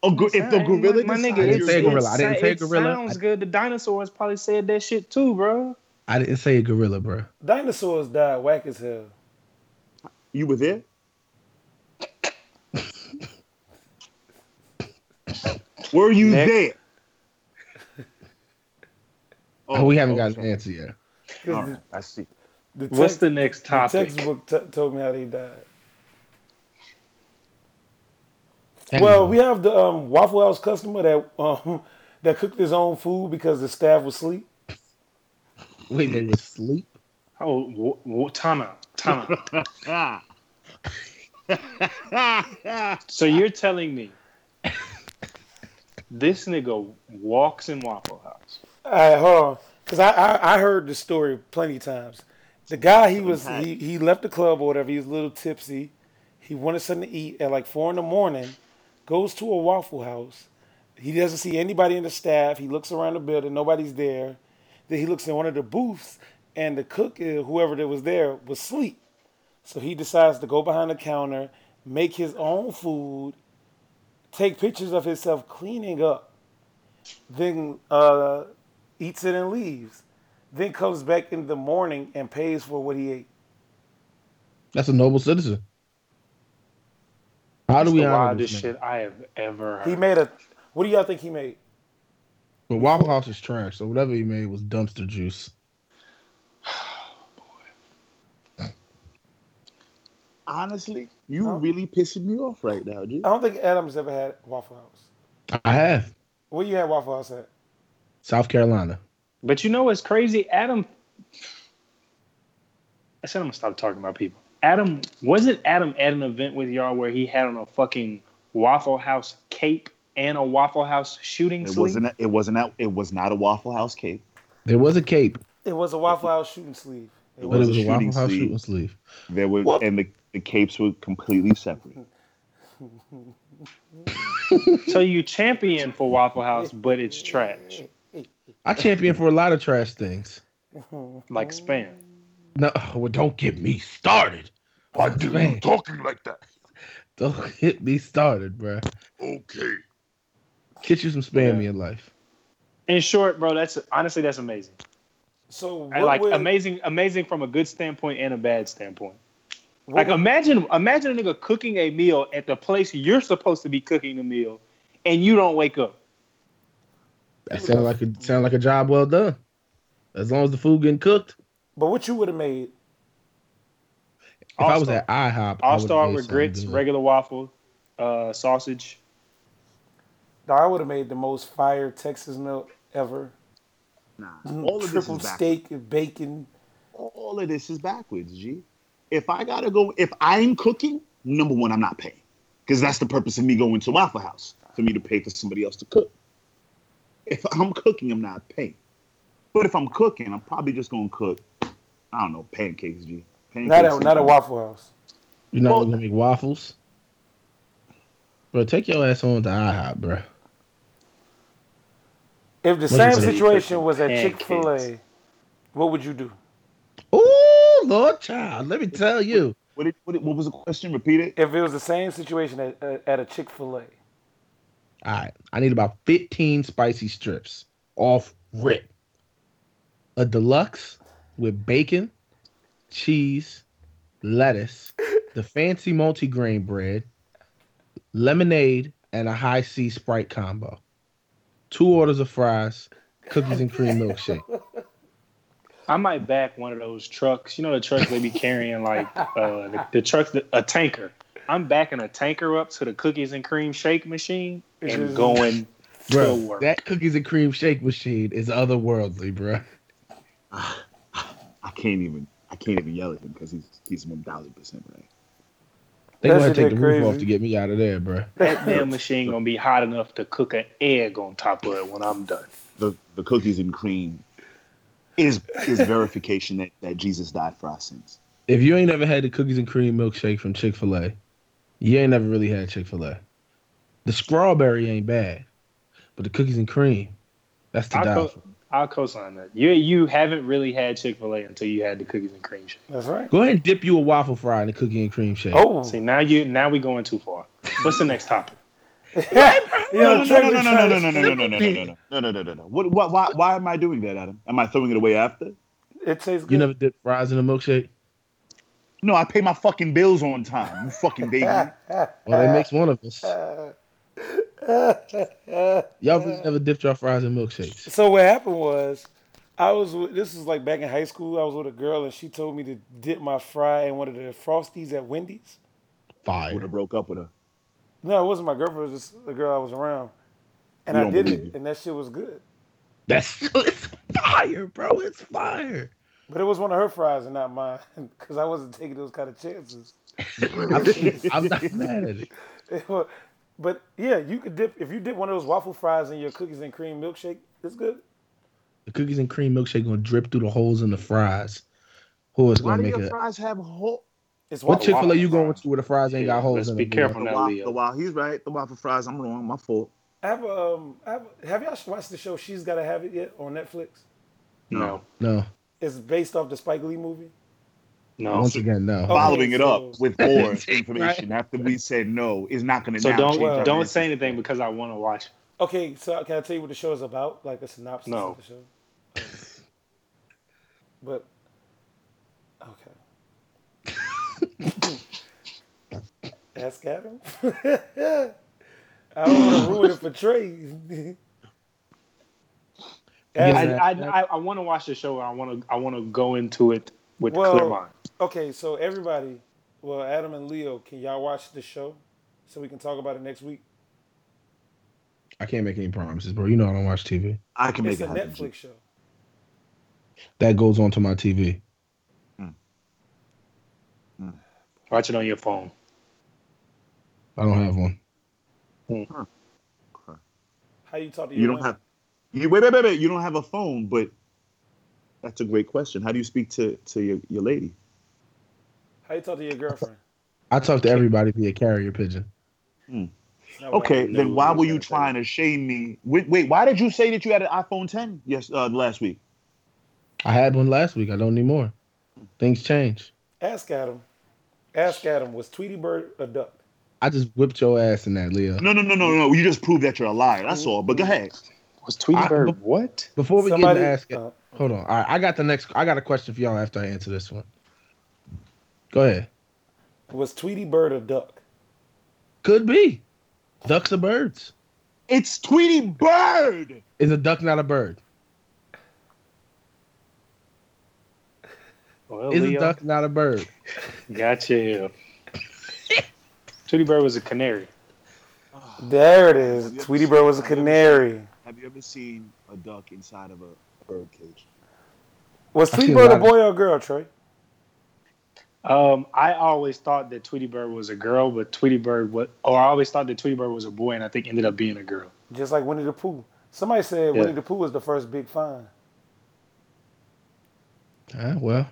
S2: something. A gor- if the
S4: Sound-
S2: gorilla,
S4: my, my nigga,
S3: I didn't
S2: decides
S4: it's-
S3: say
S2: you're
S3: gorilla. I
S4: it's-
S3: didn't say
S4: it
S3: gorilla.
S4: Sounds good. The dinosaurs probably said that shit too, bro.
S3: I didn't say gorilla, bro.
S1: Dinosaurs died whack as hell.
S2: You were there. Were you
S4: Next.
S2: there?
S3: Oh, we haven't got
S2: sorry.
S3: an answer yet.
S1: Because
S2: All right, I see.
S1: the, the,
S4: What's
S1: text,
S4: the next
S1: the
S4: topic?
S1: textbook t- told me how they died. Well,
S3: Anyway,
S1: we have the um, Waffle House customer that um, that cooked his own food because the staff was asleep.
S3: wait, they were asleep.
S4: Oh, w- w- time out. Time out.
S2: Ah.
S4: so you're telling me this nigga walks in Waffle House.
S1: All right, hold on, because I, I I heard the story plenty times. The guy he was he, he left the club or whatever. He was a little tipsy. He wanted something to eat at like four in the morning. Goes to a Waffle House. He doesn't see anybody in the staff. He looks around the building. Nobody's there. Then he looks in one of the booths, and the cook, uh, whoever that was there, was asleep. So he decides to go behind the counter, make his own food, take pictures of himself cleaning up, then uh, eats it and leaves. Then comes back in the morning and pays for what he ate.
S3: That's a noble citizen. How do we
S4: the
S3: honor
S4: wildest
S3: this shit?
S4: shit I have ever heard.
S1: He made a. What do y'all think he made?
S3: But Waffle House is trash, so whatever he made was dumpster juice.
S2: Honestly, you
S1: Huh?
S2: really pissing me off right now, dude.
S1: I don't think Adam's ever had Waffle House.
S3: I have
S1: Where you had Waffle House at?
S3: South Carolina.
S4: But you know what's crazy? Adam. I said I'm gonna stop talking about people. Adam wasn't Adam at an event with y'all where he had on a fucking Waffle House cape and a Waffle House shooting
S2: It
S4: sleeve.
S2: wasn't. a- It wasn't. A, it was not a Waffle House cake.
S3: There was a cape,
S1: It was a Waffle House shooting sleeve. It
S3: but
S2: was
S3: it
S2: a
S3: was a
S2: shooting
S3: Waffle House
S2: sleeve.
S3: shooting sleeve.
S2: There were,
S3: What?
S2: and the, the capes were completely separate.
S4: So you champion for Waffle House, but it's trash,
S3: I champion for a lot of trash things.
S4: like spam.
S3: No, well, don't get me started. Why do you talking like that? Don't get me started, bruh. Okay. Get you some spam in your life.
S4: In short, bro, that's honestly that's amazing.
S1: So what
S4: I like
S1: would-
S4: amazing, amazing from a good standpoint and a bad standpoint.
S1: what
S4: Like
S1: would-
S4: imagine, imagine a nigga cooking a meal at the place you're supposed to be cooking the meal, and you don't wake up.
S3: That sound like a sound like a job well done. As long as the food getting cooked.
S1: but what you would have made?
S3: If I was
S4: All-star.
S3: at IHOP, I
S4: I'll
S3: would've
S4: start
S3: made
S4: with
S3: something
S4: grits,
S3: good.
S4: regular waffle, uh, sausage.
S1: I would have made the most fire Texas melt ever.
S2: Nah, Mm-hmm. all of this
S1: Triple
S2: is backwards.
S1: steak and bacon.
S2: Mm. All of this is backwards, G. If I gotta go, if I'm cooking, number one, I'm not paying, because that's the purpose of me going to Waffle House for me to pay for somebody else to cook. If I'm cooking, I'm not paying. But if I'm cooking, I'm probably just gonna cook. I don't know pancakes, G.
S1: Not
S2: Pancakes
S1: at, not at Waffle House.
S3: You're not
S2: Well-
S3: gonna make waffles. Bro, take your ass on to IHOP, bro.
S1: If the
S3: you
S1: same
S3: say?
S1: situation was at
S4: Pancakes.
S1: Chick Fil A, what would you do?
S3: Ooh, Lord child, let me tell you.
S2: What, did, what, did- what was the question? Repeat it.
S1: If it was the same situation at, at, at a Chick Fil A,
S3: All right, I need about 15 spicy strips off rip. A deluxe with bacon, cheese, lettuce, the fancy multi-grain bread, lemonade, and a high C Sprite combo. Two orders of fries, cookies and cream milkshake.
S4: I might back one of those trucks. You know the trucks they be carrying like uh, the, the trucks, a tanker. I'm backing a tanker up to the cookies and cream shake machine and going to
S3: Bro,
S4: work.
S3: that cookies and cream shake machine is otherworldly, bro.
S2: I can't even. I can't even yell at him because he's he's one thousand percent right.
S3: They
S1: That
S3: gonna
S1: shit
S3: take the
S1: that
S3: roof off
S1: crazy.
S3: to get me out of there, bro.
S4: that damn machine gonna be hot enough to cook an egg on top of it when I'm done.
S2: The the cookies and cream is is verification that, that Jesus died for our sins.
S3: If you ain't ever had the cookies and cream milkshake from Chick Fil A, you ain't never really had Chick Fil A. The strawberry ain't bad, but the cookies and cream, that's the
S4: I'll,
S3: die.
S4: co-
S3: for.
S4: I'll co-sign that. You you haven't really had Chick Fil A until you had the cookies and cream shake.
S1: that's right.
S3: Go ahead and dip you a waffle fry in the cookie and cream shake.
S1: Oh,
S4: See now you now we going too far. What's the next topic?
S1: You know, Trey
S2: no, no, no,
S1: was
S2: no,
S1: trying
S2: no,
S1: to-
S2: no, no, no, no, no, no, no, no, no, no, no, no, no. What, what, why, why am I doing that, Adam? Am I throwing it away after?
S1: It tastes good.
S3: You never dip fries in a milkshake?
S2: No, I pay my fucking bills on time. You fucking baby.
S3: Well, that makes one of us. Y'all really never dipped your fries in milkshakes.
S1: So what happened was, I was with, this was like back in high school. I was with a girl and she told me to dip my fry in one of the frosties at Wendy's.
S2: Would
S3: Fire.
S2: have broke up with her.
S1: No, it wasn't my girlfriend. It was just a girl I was around, and
S2: We
S1: I
S2: don't
S1: did
S2: believe
S1: it,
S2: you.
S1: and that shit was good.
S3: That's it's fire, bro. It's fire.
S1: But it was one of her fries and not mine, because I wasn't taking those kind of chances.
S3: I'm, I'm not mad at it.
S1: It wa- but yeah, you could dip if you dip one of those waffle fries in your cookies and cream milkshake. It's good.
S3: The cookies and cream milkshake gonna drip through the holes in the fries. Who is
S2: Why do
S3: gonna make
S2: your
S3: it?
S2: fries have whole?
S1: It's
S3: What
S1: waffle.
S3: Chick Fil A
S4: waffle
S3: you going
S4: fries?
S3: to where the fries ain't
S4: Yeah,
S3: got holes
S4: let's
S3: in
S4: be
S3: them? boy?
S4: careful.
S2: The
S4: No, Leo.
S2: waffle, the waffle. He's right. The waffle fries. I'm wrong. My fault.
S1: I have um, I have, have y'all watched the show? She's gotta have it yet on Netflix.
S4: No,
S3: No,
S1: It's based off the Spike Lee movie.
S4: no.
S3: once again, no.
S1: Oh.
S2: Following it
S1: so-
S2: up with more information after we said no is not going to.
S4: So don't
S1: Well-
S4: don't say anything because I want to watch.
S1: Okay, so can I tell you what the show is about? Like a synopsis of
S4: No.
S1: the show. But okay. Ask Adam. I don't want to ruin it for Trey.
S4: I
S3: Yeah.
S1: Ask-
S4: I, I, I want to watch the show. and I want to I want to go into it with
S1: Well-
S4: clear mind.
S1: okay, so everybody, well, Adam and Leo, can y'all watch the show so we can talk about it next week?
S3: I can't make any promises, bro. You know I don't watch TV.
S2: I can
S1: It's a
S2: make it happen.
S1: Netflix show.
S3: That goes onto my TV.
S4: Watch it on your phone.
S3: I don't have one.
S1: How you talk to your
S2: You don't
S1: women?
S2: have. You, wait, wait, wait, wait. You don't have a phone, but that's a great question. How do you speak to to your, your lady?
S1: How you talk to your girlfriend?
S3: I talk to everybody via carrier pigeon.
S1: No
S2: Okay,
S1: way.
S4: no,
S2: then why
S4: we
S2: were you
S4: gotta say
S2: trying to shame me? Wait, wait, why did you say that you had an iPhone 10 yes uh, last week?
S3: I had one last week. I don't need more. Things change.
S1: Ask Adam. Ask Adam. Was Tweety Bird a duck?
S3: I just whipped your ass in that, Leo.
S2: No, no, no, no, no. You just proved that you're a liar. That's all. But go ahead.
S4: Was
S3: I-
S4: Tweety Bird
S3: but-
S4: what?
S3: Before we
S1: Somebody-
S3: get into ask,
S1: uh,
S3: hold on. All right, I got the next. I got a question for y'all after I answer this one. Go ahead.
S1: Was Tweety Bird a duck?
S3: Could be. Ducks are birds.
S2: It's Tweety Bird.
S3: Is a duck not a bird?
S4: Well,
S1: Oh,
S3: Is a
S4: Leo,
S3: duck not a bird?
S4: gotcha. Tweety Bird was a canary.
S1: There it is. Tweety Bird was a canary.
S2: Have you ever seen a duck inside of a bird cage?
S1: Was
S3: I
S1: Tweety
S3: see a
S1: Bird a
S3: lot of-
S1: boy or a girl, Trey?
S4: Um, I always thought that Tweety Bird was a girl, but Tweety Bird what? Or I always thought that Tweety Bird was a boy, and I think ended up being a girl.
S1: Just like Winnie the Pooh. Somebody said
S4: Yeah.
S1: Winnie the Pooh was the first big find.
S3: Ah, well,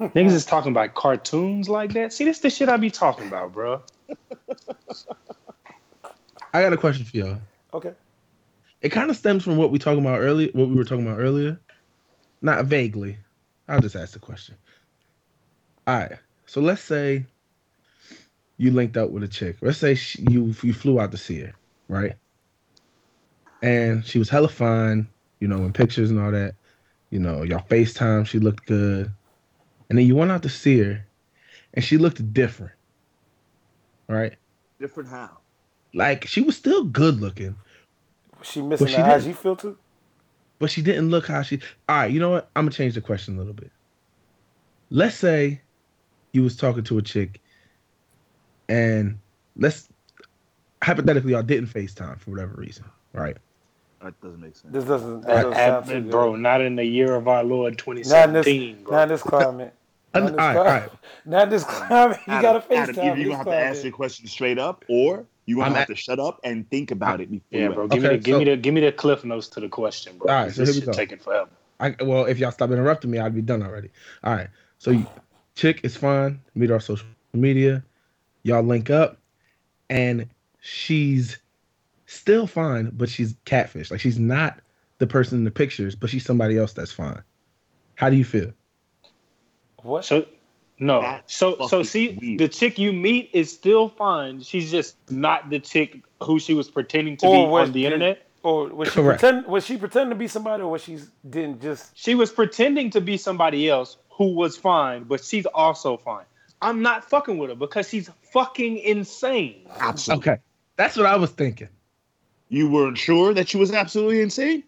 S4: Niggas is talking about cartoons like that. See, this the shit I be talking about, bro.
S3: I got a question for y'all.
S1: Okay.
S3: It kind of stems from what we talking about earlier. What we were talking about earlier, not vaguely. I'll just ask the question. All right. So let's say you linked up with a chick. Let's say she, you you flew out to see her, right? And she was hella fine, you know, in pictures and all that. You know, y'all FaceTime. She looked good, and then you went out to see her, and she looked different, right?
S2: Different how?
S3: Like she was still good looking.
S1: Was she missing
S3: she
S1: the
S3: didn't.
S1: IG filter?
S3: but she didn't look how she. All right, you know what? I'm gonna change the question a little bit. Let's say you was talking to a chick, and let's hypothetically y'all didn't FaceTime for whatever reason, right?
S2: That doesn't make sense.
S1: This doesn't, that
S4: That
S1: doesn't sound too
S4: happened,
S1: good.
S4: bro. Not in the year of our Lord
S1: Not in this,
S4: 2017, bro.
S1: not in this climate. Not in
S3: all
S1: this
S3: right, all
S1: climate.
S3: right.
S1: Not in this climate. You got to
S2: Adam,
S1: FaceTime.
S2: Adam, either you're
S1: this
S2: gonna have to
S1: climate.
S2: answer your question straight up, or you're gonna
S3: I'm
S2: have
S3: at-
S2: to shut up and think about it before.
S4: yeah,
S2: you
S4: bro.
S2: ask.
S4: Give me
S3: Okay,
S4: the give me
S3: so-
S4: the give me the cliff notes to the question, bro.
S3: All right,
S4: 'cause
S3: so here
S4: this
S3: we
S4: shit
S3: go.
S4: taking forever.
S3: I well, if y'all stop interrupting me, I'd be done already. All right. So you, chick is fine. Meet our social media. Y'all link up, and she's still fine, but she's catfish. Like she's not the person in the pictures, but she's somebody else that's fine. How do you feel?
S1: What?
S4: So no.
S2: That's
S4: so so
S2: fucking
S4: see
S2: weird.
S4: the chick you meet is still fine. She's just not the chick who she was pretending to
S1: Or
S4: be
S1: was
S4: on the
S1: the-
S4: internet.
S1: Or was she
S3: Correct.
S1: pretend? Was she pretending to be somebody, or was she didn't just?
S4: She was pretending to be somebody else who was fine, but she's also fine. I'm not fucking with her because she's fucking insane.
S2: Absolutely.
S3: Okay, that's what I was thinking.
S2: You weren't sure that she was absolutely insane?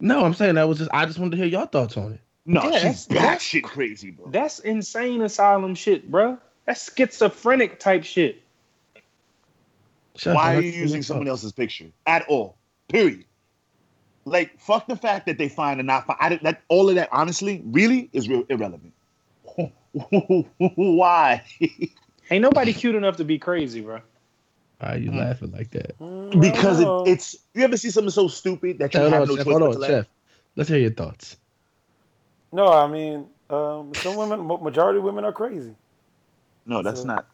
S3: No, I'm saying that was just I just wanted to hear your thoughts on it.
S2: No,
S4: Yeah,
S2: she's
S4: that's- that's-
S2: batshit crazy, bro.
S4: That's insane asylum shit, bruh. That's schizophrenic type shit.
S3: Shut
S2: Why
S3: up,
S2: are
S3: let
S2: you
S3: me
S2: using
S3: talk.
S2: someone else's picture at all? Period. Like, fuck the fact that they find and not find. I didn't, that all of that, honestly, really is real irrelevant. Why?
S4: Ain't nobody cute enough to be crazy, bruh.
S3: Why are you
S2: Hmm.
S3: laughing like that?
S1: mm, I
S2: because it,
S1: don't know.
S2: it's you ever see something so stupid that you
S3: Hold
S2: have
S3: on,
S2: no
S3: Chef.
S2: choice
S3: Hold
S2: but
S3: on,
S2: to laugh?
S3: Chef. Let's hear your thoughts.
S1: no. I mean, um, some women, mo- majority of women are crazy.
S2: No, that's
S1: So-
S2: not.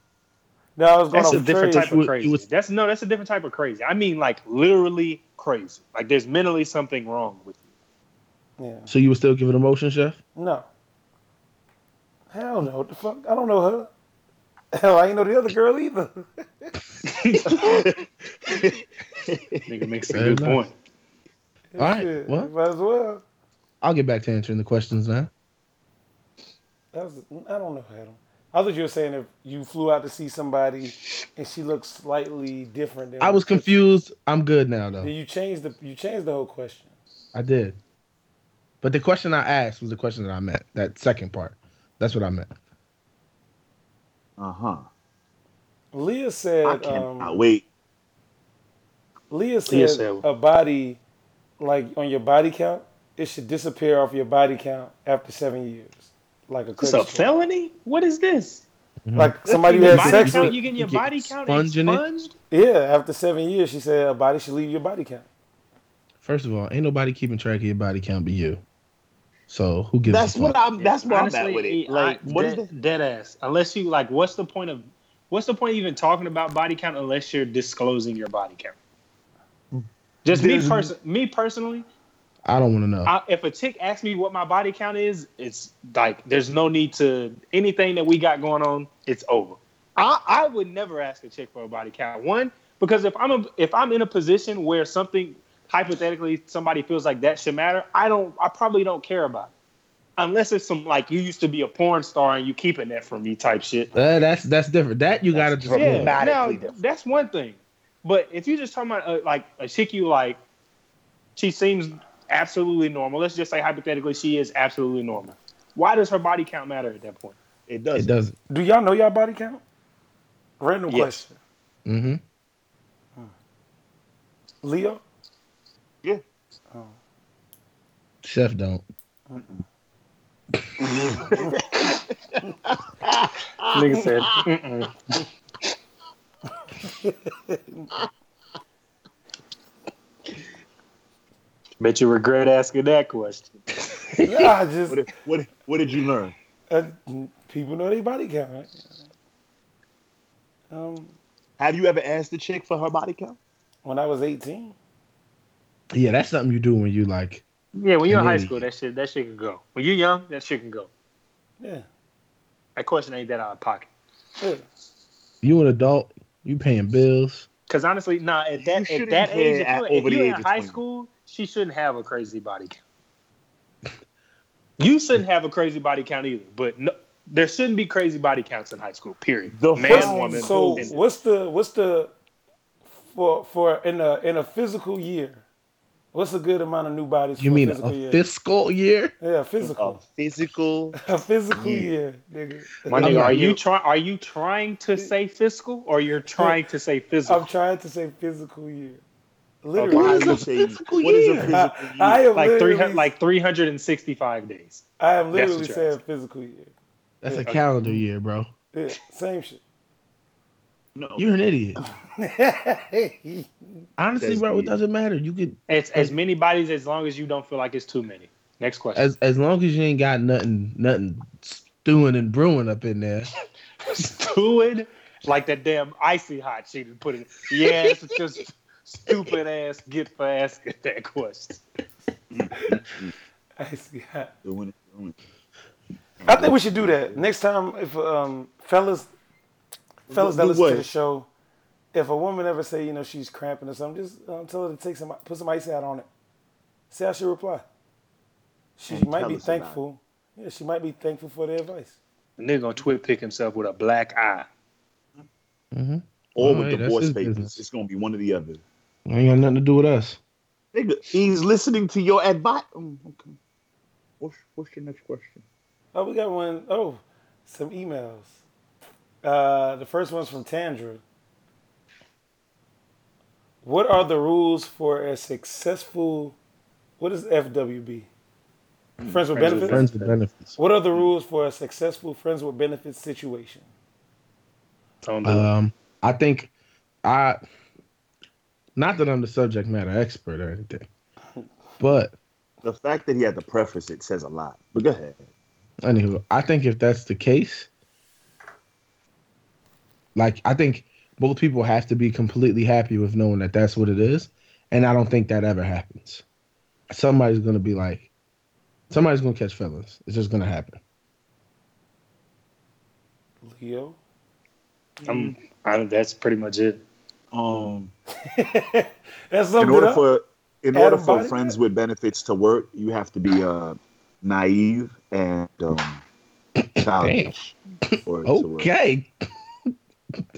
S1: No, I was going
S4: That's a
S1: off
S4: different
S1: Trey's-
S4: type
S3: You
S4: of
S3: was-
S4: crazy.
S3: you was-
S4: that's no, that's a different type of crazy. I mean, like literally crazy. Like there's mentally something wrong with you.
S1: Yeah.
S3: So you were still giving emotion, Chef?
S1: No. Hell no. What the fuck? I don't know her. Hell, I ain't know the other girl either.
S2: Uh-huh.
S4: Nigga makes a
S3: Fair
S4: good
S3: enough.
S4: point.
S3: All right,
S1: Shit,
S3: what?
S1: Might as well.
S3: I'll get back to answering the questions now.
S1: That was, mm, I don't know, Adam. I thought you were saying if you flew out to see somebody and she looked slightly different. Than
S3: I was confused. I'm good now
S1: Then
S3: though.
S1: you changed the you changed the whole question.
S3: I did. But the question I asked was the question that I meant. That second part. That's what I meant.
S2: Uh huh.
S1: Leah said,
S2: I cannot
S1: um,
S2: wait.
S1: Leah said yes, a body, like on your body count, it should disappear off your body count after seven years, like a.
S4: It's a felony. What is this?
S1: Mm-hmm. Like somebody who had sex
S5: count,
S1: with.
S5: You getting your body count expunged?
S1: Yeah, after seven years, she said a body should leave your body count.
S3: First of all, ain't nobody keeping track of your body count but you. So who gives?
S2: That's
S3: a
S2: what
S3: fuck?
S2: I'm. That's what I'm at with it. Like,
S4: I,
S2: what is
S4: dead, dead ass. Unless you like, what's the point of, what's the point of even talking about body count unless you're disclosing your body count? Just me
S2: There's-
S4: person, me personally.
S3: I don't want to know.
S4: I, if a chick asks me what my body count is, it's like there's no need to anything that we got going on. It's over. I, I would never ask a chick for a body count. One because if I'm a, if I'm in a position where something hypothetically somebody feels like that should matter, I don't. I probably don't care about it. Unless it's some like you used to be a porn star and you keeping that from me type shit.
S3: Uh, that's that's different. That you gotta
S2: That's
S3: just
S2: drama.
S3: yeah.
S4: Yeah,
S2: dramatically
S4: now
S2: different.
S4: that's one thing. But if you're just talking about uh, like a chick you like, she seems absolutely normal. Let's just say hypothetically, she is absolutely normal. Why does her body count matter at that point?
S2: it
S3: it
S2: does. not
S3: doesn't.
S1: Do y'all know y'all body count? Random
S4: Yes.
S1: question.
S3: hmm
S1: Leo,
S3: Chef don't.
S4: Nigga said, Mm-mm. "Bet you regret asking that question."
S1: I just
S2: What, did- what, did- what did you learn?
S1: uh, people know their body count. Right? Um,
S2: Have you ever asked a chick for her body count?
S1: when I was eighteen,
S3: Yeah, that's something you do when you like.
S4: Yeah, when you're in high
S3: Really?
S4: school, that shit that shit can go. When you're young, that shit can go.
S1: yeah,
S4: That question ain't that out of pocket.
S1: yeah.
S3: You an adult. You paying bills.
S4: Because honestly, nah, at that at
S2: shouldn't
S4: that
S2: care
S4: age, if
S2: at-
S4: you're,
S2: over
S4: if
S2: the
S4: you're
S2: age
S4: in
S2: of
S4: high
S2: 20.
S4: school, she shouldn't have a crazy body count. You shouldn't have a crazy body count either. But no, there shouldn't be crazy body counts in high school. Period.
S2: The
S4: Man,
S2: fuck?
S4: woman.
S1: So
S4: and-
S1: what's the what's the for for in a in a physical year? What's a good amount of new bodies?
S3: You
S1: for
S3: mean
S1: a physical
S3: a
S1: year?
S3: fiscal year?
S1: yeah,
S2: A
S1: physical.
S2: physical.
S1: A physical year, nigga.
S4: Oh. my
S3: I'm
S4: nigga,
S3: not
S4: are you
S3: you.
S4: trying? Are you trying to say fiscal, or you're trying to say
S1: I'm
S4: physical?
S1: trying to say physical year.
S2: Okay,
S1: Literally,
S2: I
S3: is a
S2: would say you-
S3: physical
S2: What is a
S3: year?
S2: physical
S1: I,
S2: year?
S1: I am
S4: Like three
S1: literally,
S4: hundred, like three hundred and sixty-five days.
S1: I am
S4: That's
S1: literally
S4: what you're
S1: saying physical year.
S3: That's a
S4: Okay.
S3: calendar year, bro.
S1: Yeah, same shit.
S2: no,
S3: You're an idiot.
S1: yeah,
S3: Honestly,
S2: That's
S3: bro, it
S2: weird.
S3: doesn't matter. You could
S4: It's as many bodies as long as you don't feel like it's too many. Next question.
S3: as as long as you ain't got nothing nothing stewing and brewing up in there.
S4: stupid, like that damn icy hot she done put it. Yeah, it's just stupid ass get for asking that question.
S1: I see.
S2: doing it, doing it.
S1: I think we should do that next time. If um, fellas, fellas that
S2: Do
S1: listen to
S2: what?
S1: the show, if a woman ever say you know she's cramping or something, just um, tell her to take some, put some ice out on it. See how she reply. She
S2: And
S1: might
S2: tell
S1: be
S2: us about it.
S1: thankful. Yeah, she might be thankful for the advice.
S4: Nigga gonna twit pick himself with a black eye.
S3: Mm-hmm.
S2: Or
S3: Alright,
S2: with
S3: that's
S2: divorce
S3: his
S2: papers.
S3: business.
S2: It's gonna be one or the other.
S3: Ain't got nothing to do with us.
S2: Nigga, he's listening to your advice. Mm, okay. What's, what's your next question?
S1: Oh, we got one. Oh, some emails. Uh, the first one's from Tandra. What are the rules for a successful? What is FWB?
S2: Hmm,
S1: Friends with
S4: Friends with
S1: benefits.
S3: Friends with benefits.
S1: What are the rules for a successful friends with benefits situation?
S4: Don't do it.
S3: Um, I think I, not that I'm the subject matter expert or anything, but
S2: The fact that he had to preface it says a lot. But go ahead.
S3: anywho, I think if that's the case, like I think both people have to be completely happy with knowing that that's what it is, and I don't think that ever happens. Somebody's gonna be like, somebody's gonna catch feelings. It's just gonna happen.
S1: Leo.
S4: I'm, I, that's pretty much it.
S2: Um,
S1: That's
S2: in
S1: something.
S2: order
S1: Up.
S2: for in
S1: Adam
S2: order for
S1: Body-
S2: friends with benefits to work, you have to be uh, naive and um, childish. for it to work.
S3: Okay. I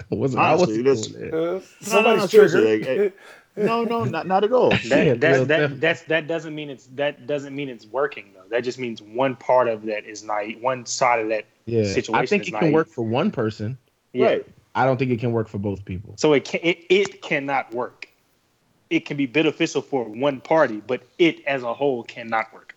S3: wasn't.
S2: Honestly,
S3: I
S2: this-
S3: wasn't going there.
S1: Uh, somebody's
S2: no, seriously,
S1: triggered.
S2: like, No, no, not not at all.
S3: Yeah,
S4: That,
S3: Lil
S4: that, that,
S3: Steph.
S4: that's, that doesn't mean it's that doesn't mean it's working though. That just means one part of that is naive. One side of that,
S3: Yeah, I
S4: situation
S3: think
S4: is
S3: it
S4: naive.
S3: can work for one person.
S4: yeah.
S2: Right.
S3: I don't think it can work for both people.
S4: So it can it, it cannot work. it can be beneficial for one party, but it as a whole cannot work.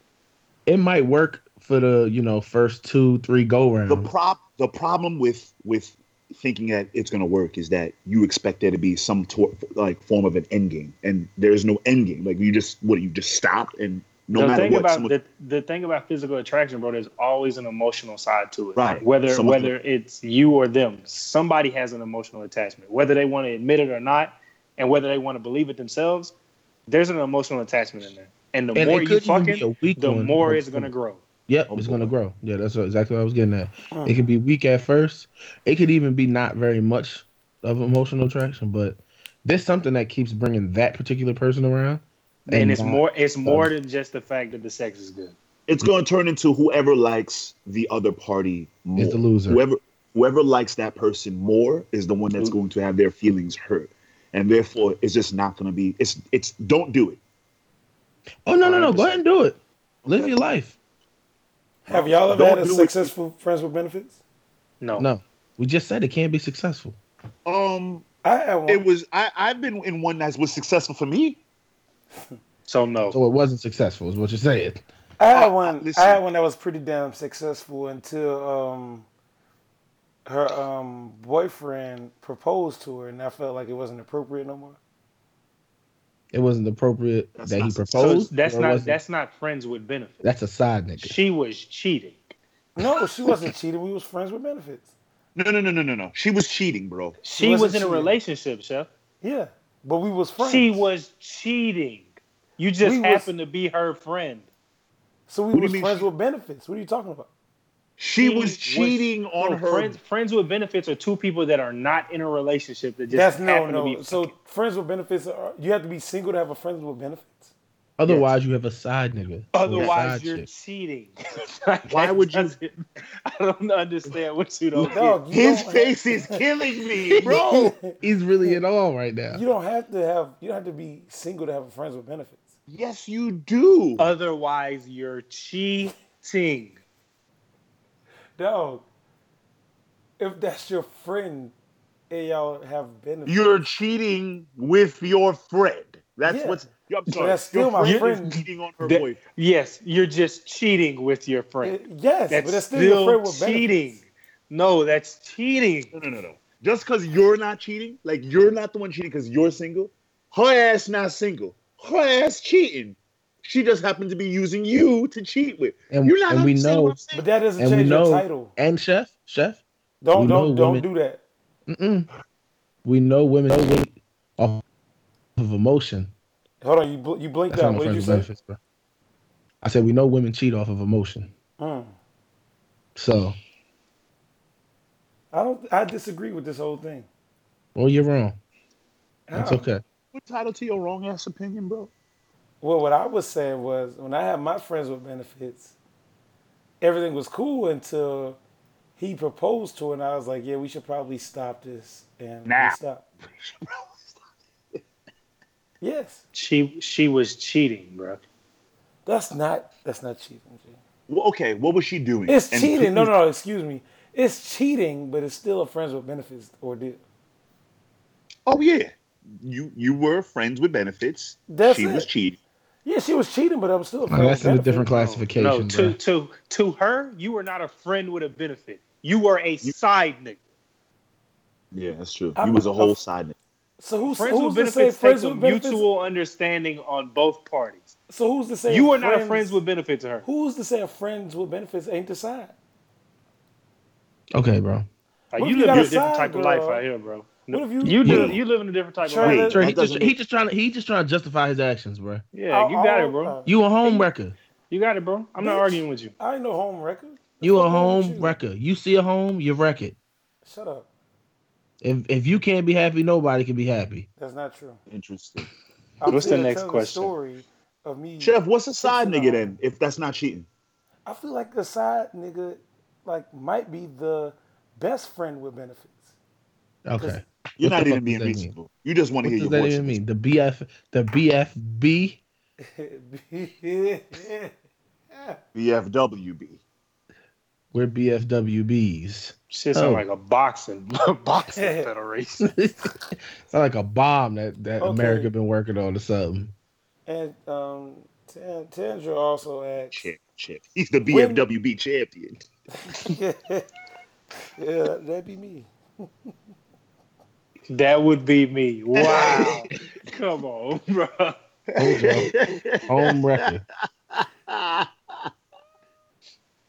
S3: It might work for the you know first two three go rounds.
S2: The prop the problem with with thinking that it's going to work is that you expect there to be some tor- like form of an end game, and there's no end game. Like you just what you just stopped and no
S4: the
S2: matter
S4: thing
S2: what.
S4: about
S2: someone-
S4: the, the thing about physical attraction, bro, there's always an emotional side to it.
S2: Right.
S4: Whether
S2: Someone's-
S4: whether it's you or them, somebody has an emotional attachment. Whether they want to admit it or not, and whether they want to believe it themselves, there's an emotional attachment in there. And the
S3: And
S4: more
S3: it
S4: you
S3: could even be
S4: fucking,
S3: a weak
S4: the
S3: one.
S4: more it's gonna grow.
S3: Yep,
S2: Oh,
S3: it's
S2: boy.
S3: gonna grow. Yeah, that's what- exactly what I was getting at.
S1: Mm.
S3: It could be weak at first. It could even be not very much of emotional attraction, but there's something that keeps bringing that particular person around.
S4: And it's
S3: not-
S4: more it's more than just the fact that the sex is good.
S1: Mm.
S2: it's going to turn into whoever likes the other party more.
S3: the loser.
S2: Whoever whoever likes that person more is the one that's going to have their feelings hurt, and therefore it's just not going to be. It's it's don't do it.
S3: Oh no, no, no! Go ahead and do it. Live your life.
S1: Have y'all ever
S2: Don't
S1: had a
S2: do it.
S1: successful friends with benefits?
S4: No.
S3: No, we just said it can't be successful.
S2: Um,
S1: I had one.
S2: it was I I've been in one that was successful for me.
S4: So no.
S3: So it wasn't successful, is what you're saying.
S1: I had
S2: I-
S1: one.
S2: listen.
S1: I had one that was pretty damn successful until um, her um, boyfriend proposed to her, and I felt like it wasn't appropriate no more.
S3: It wasn't appropriate
S2: That's
S3: that he
S2: not- so
S4: So
S3: proposed.
S4: that's
S3: or it
S4: not
S3: wasn't-
S4: that's not friends with benefits.
S3: that's a side nigga.
S4: She was cheating.
S1: No, she wasn't cheating. We was friends with benefits.
S2: No no no no no no. She was cheating, bro.
S4: She,
S1: wasn't
S4: was in a
S1: cheating.
S4: relationship, chef.
S1: Yeah, but we was friends.
S4: She was cheating. You just
S1: We was-
S4: happened to be her friend.
S1: So we
S2: What do you
S1: was
S2: mean
S1: friends
S2: she-
S1: with benefits. What are you talking about?
S2: She
S4: She
S2: was cheating on
S4: So
S2: her.
S4: friends, friends with benefits are two people that are not in a relationship that just
S1: That's no,
S4: happen to
S1: no.
S4: be.
S1: So friends with benefits are you have to be single to have a friends with benefits.
S3: Otherwise, you have a side nigga. or a
S4: Otherwise,
S3: side
S4: you're
S3: chick.
S4: cheating.
S2: Why would you-
S4: doesn't- I don't understand what you don't get.
S1: Dog, you
S2: His
S1: don't
S2: face is killing me, bro.
S1: Have,
S3: He's really in all right now.
S1: you don't have to have. You don't have to be single to have a friends with benefits.
S2: yes, you do.
S4: Otherwise, you're cheating.
S1: Dog, if that's your friend and y'all have benefits,
S2: You're cheating with your friend. That's
S1: Yeah.
S2: what's. I'm
S1: But
S2: sorry.
S1: that's still
S2: your
S1: my
S2: friend,
S1: friend.
S2: is cheating on her
S4: That-
S2: boyfriend.
S4: Yes, you're just cheating with your
S1: Eh,
S4: friend.
S1: yes,
S4: That's,
S1: but that's still,
S4: still,
S1: your friend with
S4: cheating.
S1: benefits.
S4: No, that's cheating.
S2: No, no, no, no. Just because you're not cheating, like you're not the one cheating because you're single. Her ass not single. Her ass cheating. She just happened to be using you to cheat with.
S3: And,
S2: You're not
S3: and we
S2: understanding what
S3: know.
S2: I'm saying.
S1: But that doesn't
S3: And we
S1: change your
S3: know.
S1: title.
S3: And chef, chef.
S1: Don't
S3: we
S1: don't
S3: know
S1: don't
S3: women-
S1: do that.
S3: Mm-mm. We know women cheat off of emotion.
S1: Hold on, you bl- you blinked
S3: That's
S1: out.
S3: on the
S1: What did
S3: friends
S1: you
S3: with
S1: say?
S3: benefits, bro. I said we know women cheat off of emotion.
S1: Mm.
S3: So,
S1: I don't. I disagree with this whole thing.
S3: well, you're wrong. That's
S1: How?
S3: okay.
S2: What title to your wrong ass opinion, bro?
S1: Well, what I was saying was when I had my friends with benefits, everything was cool until he proposed to her, and I was like, "Yeah, we should probably stop this." And
S2: Now.
S1: we stopped. Yes,
S4: She she was cheating, bro.
S1: that's not that's not cheating. G.
S2: Well, okay, what was she doing?
S1: It's
S2: And
S1: cheating. No,
S2: please-
S1: no, no, excuse me. It's cheating, but it's still a friends with benefits ordeal.
S2: Oh yeah, you you were friends with benefits.
S1: That's
S2: she was
S1: it.
S2: cheating.
S1: Yeah, she was cheating, but I'm still a
S3: Now,
S1: friend
S3: that's
S1: with
S3: in a
S1: benefits.
S3: different classification.
S4: No,
S3: bro.
S4: to to to her, you were not a friend with a benefit. You were a side nigga.
S2: Yeah, that's true.
S1: I'm-
S2: you was a whole
S1: I'm-
S2: side.
S1: So who's,
S4: Friends
S1: who's
S4: with
S1: to say
S4: benefits takes
S1: friends
S4: a
S1: with benefits?
S4: mutual understanding on both parties.
S1: So who's to say
S4: You are not a friends with benefit to her.
S1: Who's to say a friends with benefits ain't the side?
S3: Okay, bro.
S4: Uh,
S1: What if
S4: you
S1: you
S4: live
S1: got
S4: a
S1: a
S4: different
S1: side,
S4: type of
S1: girl?
S4: life out here, bro.
S1: What if
S4: you
S1: you-
S4: live,
S2: Yeah.
S4: you live in a different type of
S1: Try
S4: life.
S1: to-
S3: Sure,
S2: That
S3: he just
S2: doesn't
S3: he
S2: make-
S3: just trying to he just trying to justify his actions, bro.
S4: Yeah, you
S1: I-
S4: got
S1: I-
S4: it, bro.
S3: You a home wrecker.
S4: You got it, bro. I'm not
S1: Bitch.
S4: arguing with you.
S1: uh, I ain't no home record.
S3: You
S1: fuck
S3: a
S1: wrong with
S3: home
S1: you?
S3: wrecker. You see a home, you wreck it.
S1: Shut up.
S3: If if you can't be happy, nobody can be happy.
S1: That's not true.
S2: Interesting.
S1: I'm
S4: What's the
S1: finna
S4: next
S1: tell
S4: question?
S1: The story of me.
S2: Chef, what's a side
S1: Fixing
S3: uh,
S2: nigga
S1: the-
S2: then? If that's not cheating,
S1: I feel like the side nigga, like might be the best friend with benefits.
S3: Okay.
S2: you're
S3: What
S2: not
S3: the
S2: even
S3: fuck
S2: being
S3: does that mean?
S2: reasonable. You just want to
S3: What
S2: hear
S3: does
S2: your
S3: that
S2: voice.
S3: even mean? The BF the BFB
S1: yeah,
S2: BFWB.
S3: We're BFWBs.
S4: Shit sound like a boxing boxing federation.
S3: It's not like a bomb that, that
S1: Okay.
S3: America been working on or something.
S1: And um, Tan- Tandra also asked.
S2: Champ, champ. He's the
S1: When-
S2: BFWB champion.
S1: yeah, that'd be me.
S4: That would be me. Wow. Come on, bro.
S3: Hold on. Home record.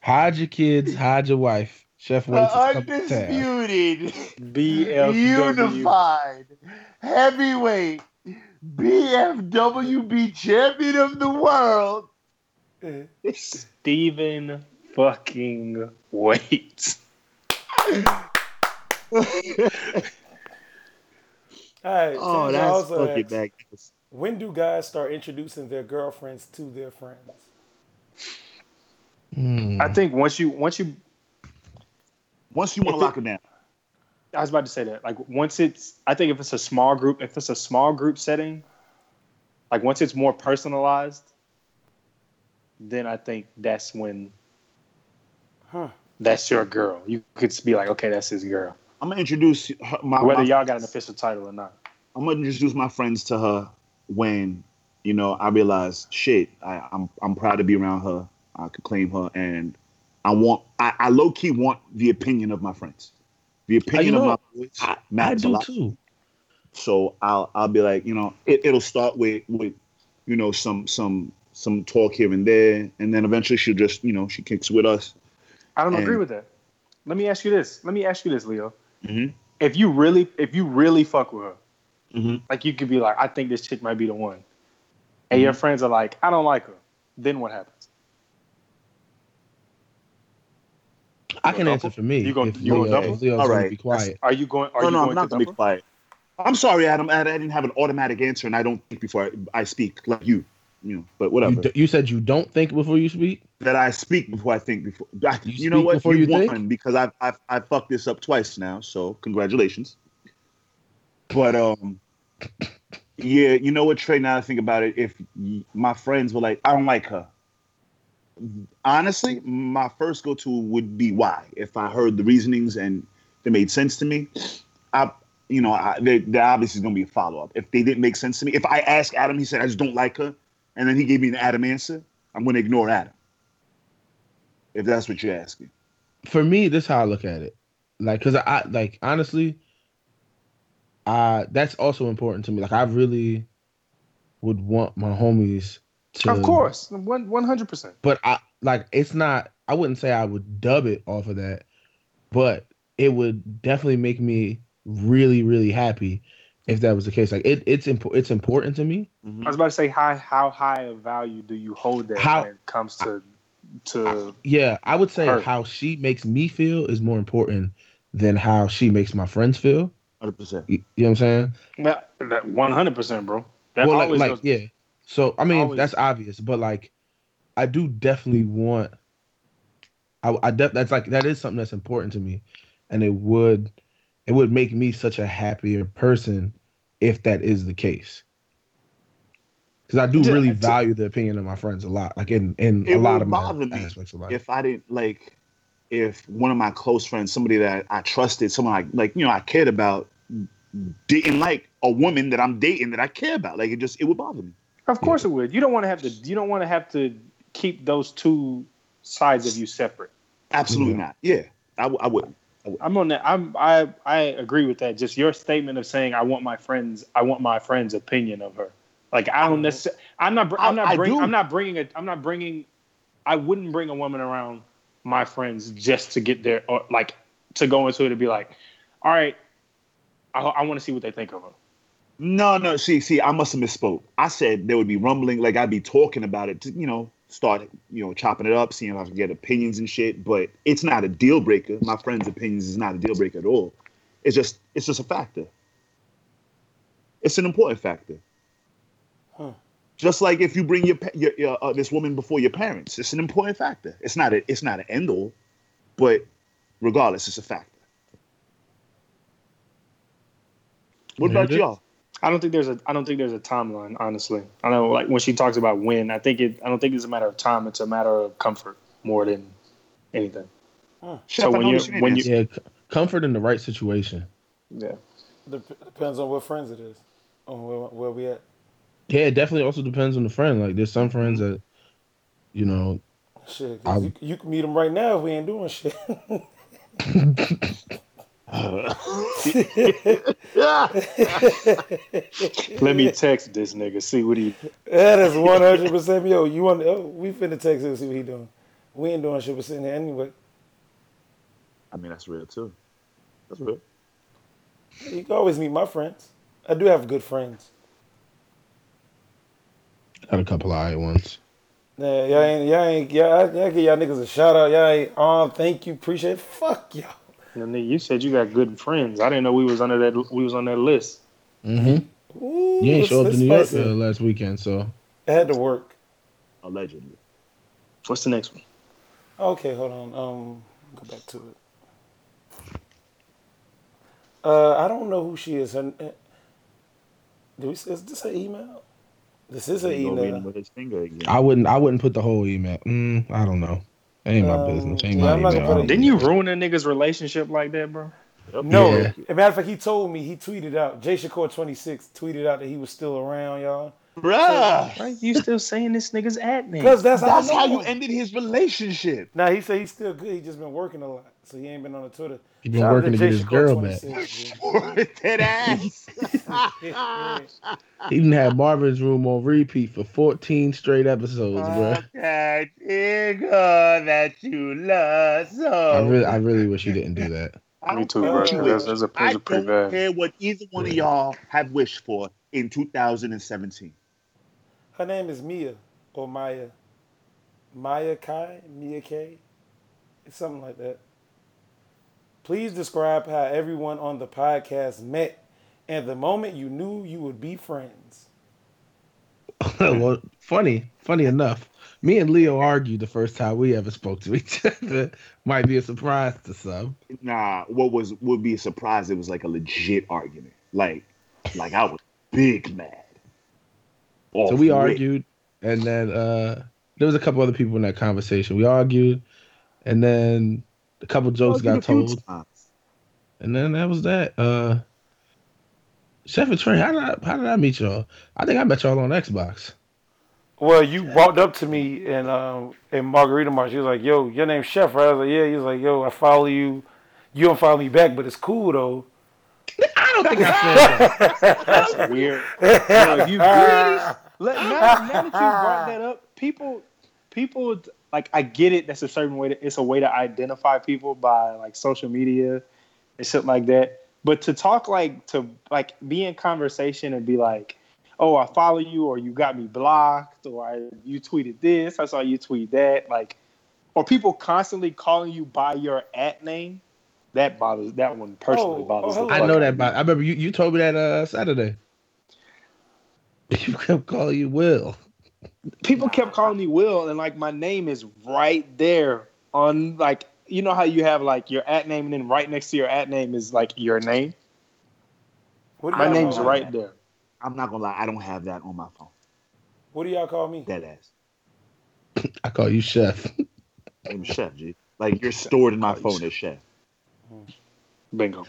S3: Hide your kids, hide your wife. Chef waits
S2: The
S3: to come to town.
S2: undisputed,
S4: BFW.
S2: unified, heavyweight, BFWB champion of the world.
S1: Eh,
S4: Stephen fucking Wait.
S1: All right.
S2: Oh,
S1: Tandra
S2: that's
S1: also
S2: fucking
S1: asked,
S2: magnificent.
S1: When do guys start introducing their girlfriends to their friends?
S3: Hmm.
S4: I think once you once you
S2: Once you want to
S4: If it-
S2: lock him down,
S4: I was about to say that. Like once it's, I think if it's a small group, if it's a small group setting, like once it's more personalized, then I think that's when
S1: Huh.
S4: that's your girl. You could be like, okay, that's his girl,
S2: I'm gonna introduce her, my.
S4: whether
S2: my-
S4: y'all got an official title or not.
S2: I'm gonna introduce my friends to her when you know I realize shit. I, I'm I'm proud to be around her. I can claim her, and I want I, I low key want the opinion of my friends. The opinion
S3: know,
S2: of my friends
S3: I
S2: matters a
S3: do
S2: lot.
S3: too.
S2: So I'll I'll be like you know it, it'll start with with you know some some some talk here and there, and then eventually she'll just you know she kicks with us.
S4: I don't
S2: And-
S4: agree with that. Let me ask you this. Let me ask you this, Leo.
S2: Mhm.
S4: If you really, if you really fuck with her,
S2: Mhm.
S4: like you could be like, I think this chick might be the one, and
S2: Mm-hmm.
S4: your friends are like, I don't like her. Then what happens?
S3: I can
S2: gonna
S3: answer for me.
S4: You gonna-
S3: if
S4: you gonna
S3: Leo,
S2: double?
S3: if Leo's
S2: All
S3: gonna
S2: right.
S3: be quiet.
S4: Are you going? Are
S2: no,
S4: you
S2: no, I'm
S4: going to
S2: not gonna be
S4: dump her?
S2: quiet. I'm sorry, Adam. I, I didn't have an automatic answer, and I don't think before I, I speak like you. You know, but whatever.
S3: You, d- you said you don't think before you speak.
S2: that I speak before I think before. I,
S3: You
S2: you, know
S3: speak
S2: what?
S3: before
S2: You,
S3: you
S2: won
S3: think?
S2: because I've, I've I've fucked this up twice now. So congratulations. But um, yeah, you know what, Trey? Now that I think about it, if y- my friends were like, I don't like her. Honestly, my first go to would be why. If I heard the reasonings and they made sense to me, I you know I, there, there obviously is going to be a follow up. If they didn't make sense to me, if I asked Adam, he said I just don't like her, and then he gave me an Adam answer, I'm going to ignore Adam if that's what you're asking.
S3: For me, this is how I look at it. Like, cause I like honestly, uh, that's also important to me. Like, I really would want my homies to.
S4: Of course, one one hundred percent.
S3: but I like it's not. I wouldn't say I would dub it off of that, but it would definitely make me really, really happy if that was the case. Like it, it's impo- it's important to me.
S4: I
S2: Mm-hmm.
S4: was about to say, how how high a value do you hold that
S3: How-
S4: when it comes to to
S3: Yeah, I would say
S4: Her.
S3: how she makes me feel is more important than how she makes my friends feel.
S2: 100%.
S3: You, you know what I'm saying?
S4: that one hundred percent, bro? That
S3: well, like,
S4: always
S3: like
S4: goes-
S3: yeah. So I mean,
S4: Always.
S3: that's obvious, but like, I do definitely want. I, I def- that's like that is something that's important to me, and it would, it would make me such a happier person if that is the case. Because I do
S4: Yeah,
S3: really
S4: it's-
S3: value the opinion of my friends a lot, like in in
S2: It
S3: a lot
S2: would
S3: of my
S2: bother me
S3: aspects of life.
S2: If I didn't like, if one of my close friends, somebody that I trusted, someone I like, you know, I cared about, didn't like a woman that I'm dating that I care about, like it just it would bother me.
S4: of course it would. You don't want to have to. You don't want to have to keep those two sides of you separate.
S2: Absolutely
S3: Yeah.
S2: not. Yeah, I, w- I wouldn't.
S4: I'm on that. I'm I I agree with that. Just your statement of saying, I want my friends. I want my friends' opinion of her. Like I don't necessarily. I'm not. br- I'm
S2: I-
S4: not.
S2: I
S4: Bring,
S2: do.
S4: I'm not bringing a. I'm not bringing. I wouldn't bring a woman around my friends just to get their or like to go into it and be like, all right, I, I want to see what they think of her.
S2: No, no. See, see, I must have misspoke. I said there would be rumbling, like I'd be talking about it, to, you know, start, you know, chopping it up, seeing if I can get opinions and shit. But it's not a deal breaker. My friend's opinions is not a deal breaker at all. It's just, it's just a factor. It's an important factor.
S1: Huh.
S2: Just like if you bring your, pa- your, your uh, this woman before your parents, it's an important factor. It's not a, it's not an end all, but regardless, it's a factor. What
S3: There it
S2: about
S3: is.
S2: y'all?
S4: I don't think there's a. I don't think there's a timeline. Honestly, I know like when she talks about when. I think it. I don't think it's a matter of time. It's a matter of comfort more than anything. Mm. So when you when you
S3: yeah, comfort in the right situation.
S4: Yeah,
S1: Dep- depends on what friends it is, on where, where we at.
S3: Yeah, it definitely also depends on the friend. Like, there's some friends that, you know,
S1: Shit, 'cause you, you can meet them right now if we ain't doing shit.
S4: let me text this nigga, see what he.
S1: that is one hundred percent. Yo, you want? Oh, we finna text him and see what he doing. We ain't doing shit. but sitting here anyway.
S2: I mean, that's real too. That's real.
S1: You can always meet my friends. I do have good friends.
S3: had a couple of eye ones.
S1: Yeah, y'all ain't, y'all ain't, y'all, y'all give y'all niggas a shout out. Y'all ain't on. thank you, appreciate. it. Fuck y'all.
S4: And then you said you got good friends. I didn't know we was under that. We was on that list.
S3: Mm-hmm.
S1: Ooh,
S3: You ain't
S1: this-
S3: show up
S1: this
S3: to New York
S1: spicy.
S3: uh, last weekend, so
S1: It had to work.
S2: Allegedly.
S4: What's the next one?
S1: Okay, hold on. Um, go back to it. Uh, I don't know who she is. Her, uh, do we? Is this her email? This is her
S2: He gonna read him
S1: email.
S2: with his finger again.
S3: I wouldn't. I wouldn't put the whole email. Mm, I don't know. Ain't my
S1: Um,
S3: business. Ain't
S1: yeah,
S3: my
S1: I'm not
S3: email.
S1: gonna put it-
S3: I don't
S4: Didn't
S3: know.
S4: you ruin a nigga's relationship like that, bro?
S2: Yep.
S1: No.
S3: Yeah.
S1: As a matter of fact, he told me he tweeted out. Jay Shakur twenty six tweeted out that he was still around, y'all.
S2: Bruh.
S4: Why you still saying this nigga's at me?
S1: Because Mm. that's,
S2: That's
S1: how, I
S2: how
S1: know
S2: you
S1: him.
S2: ended his relationship.
S1: Now he said he's still good. He just been working a lot, so he ain't been on the Twitter.
S3: He been
S1: Shout out
S3: working to get
S1: Jay
S3: his
S1: Shakur
S3: girl back.
S1: 26, yeah.
S2: Dead ass.
S1: Yeah.
S3: He didn't have Marvin's room on repeat for 14 straight episodes, bro.
S2: that nigga that you love so.
S1: Uh,
S3: I really, I really wish he didn't do that.
S2: I
S4: Me
S2: don't
S4: too,
S2: care
S1: bro,
S2: what you
S1: 'cause
S2: wish.
S4: that's- that's a- that's
S2: I
S4: a pretty
S2: don't
S4: bad-
S2: care what either one of
S3: Yeah.
S2: y'all have wished for in 2017.
S1: Her name is Mia or Maya. Maya Kai, Mia K, it's something like that. Please describe how everyone on the podcast met and the moment you knew you would be friends.
S3: well, funny, funny enough, me and Leo argued the first time we ever spoke to each other. Might be a surprise to some.
S2: Nah, what was would be a surprise? It was like a legit argument. Like, like I was big mad.
S3: so
S2: Off
S3: we
S2: rip.
S3: argued, and then uh there was a couple other people in that conversation. We argued, and then a couple jokes
S2: Argued a
S3: got
S2: few
S3: told,
S2: times.
S3: and then that was that. Uh Chef and Trey, how did I how did I meet y'all? I think I met y'all on Xbox.
S1: Well, you walked up to me and um in Margarita Mart. She was like, "Yo, your name's Chef, right?" I was like, "Yeah." He was like, "Yo, I follow you. You don't follow me back, but it's cool though."
S3: I don't think I said that.
S4: That's weird. Bro, you really? Let, now, now that you brought that up, people, people like I get it. That's a certain way. To, it's a way to identify people by like social media and shit like that. But to talk like to like be in conversation and be like, oh, I follow you, or you got me blocked, or I you tweeted this, I saw you tweet that, like, or people constantly calling you by your at name. That bothers that one personally
S1: Oh,
S4: bothers.
S1: oh,
S4: the
S3: I
S4: fuck
S3: know
S4: out
S3: that
S4: of me.
S3: about I remember you you told me that uh Saturday. You kept calling you Will.
S4: people
S2: Nah.
S4: kept calling me Will, and like my name is right there on like you know how you have like your at name, and then right next to your at name is like your name.
S1: What do
S4: My
S1: y'all
S4: name's
S1: call
S4: right
S1: Me?
S4: there.
S2: I'm not gonna lie. I don't have that on my phone.
S1: What do y'all call me?
S2: Dead ass.
S3: I call you Chef.
S2: I'm chef, G. Like you're stored in my
S4: Nice.
S2: phone as chef.
S4: Bingo.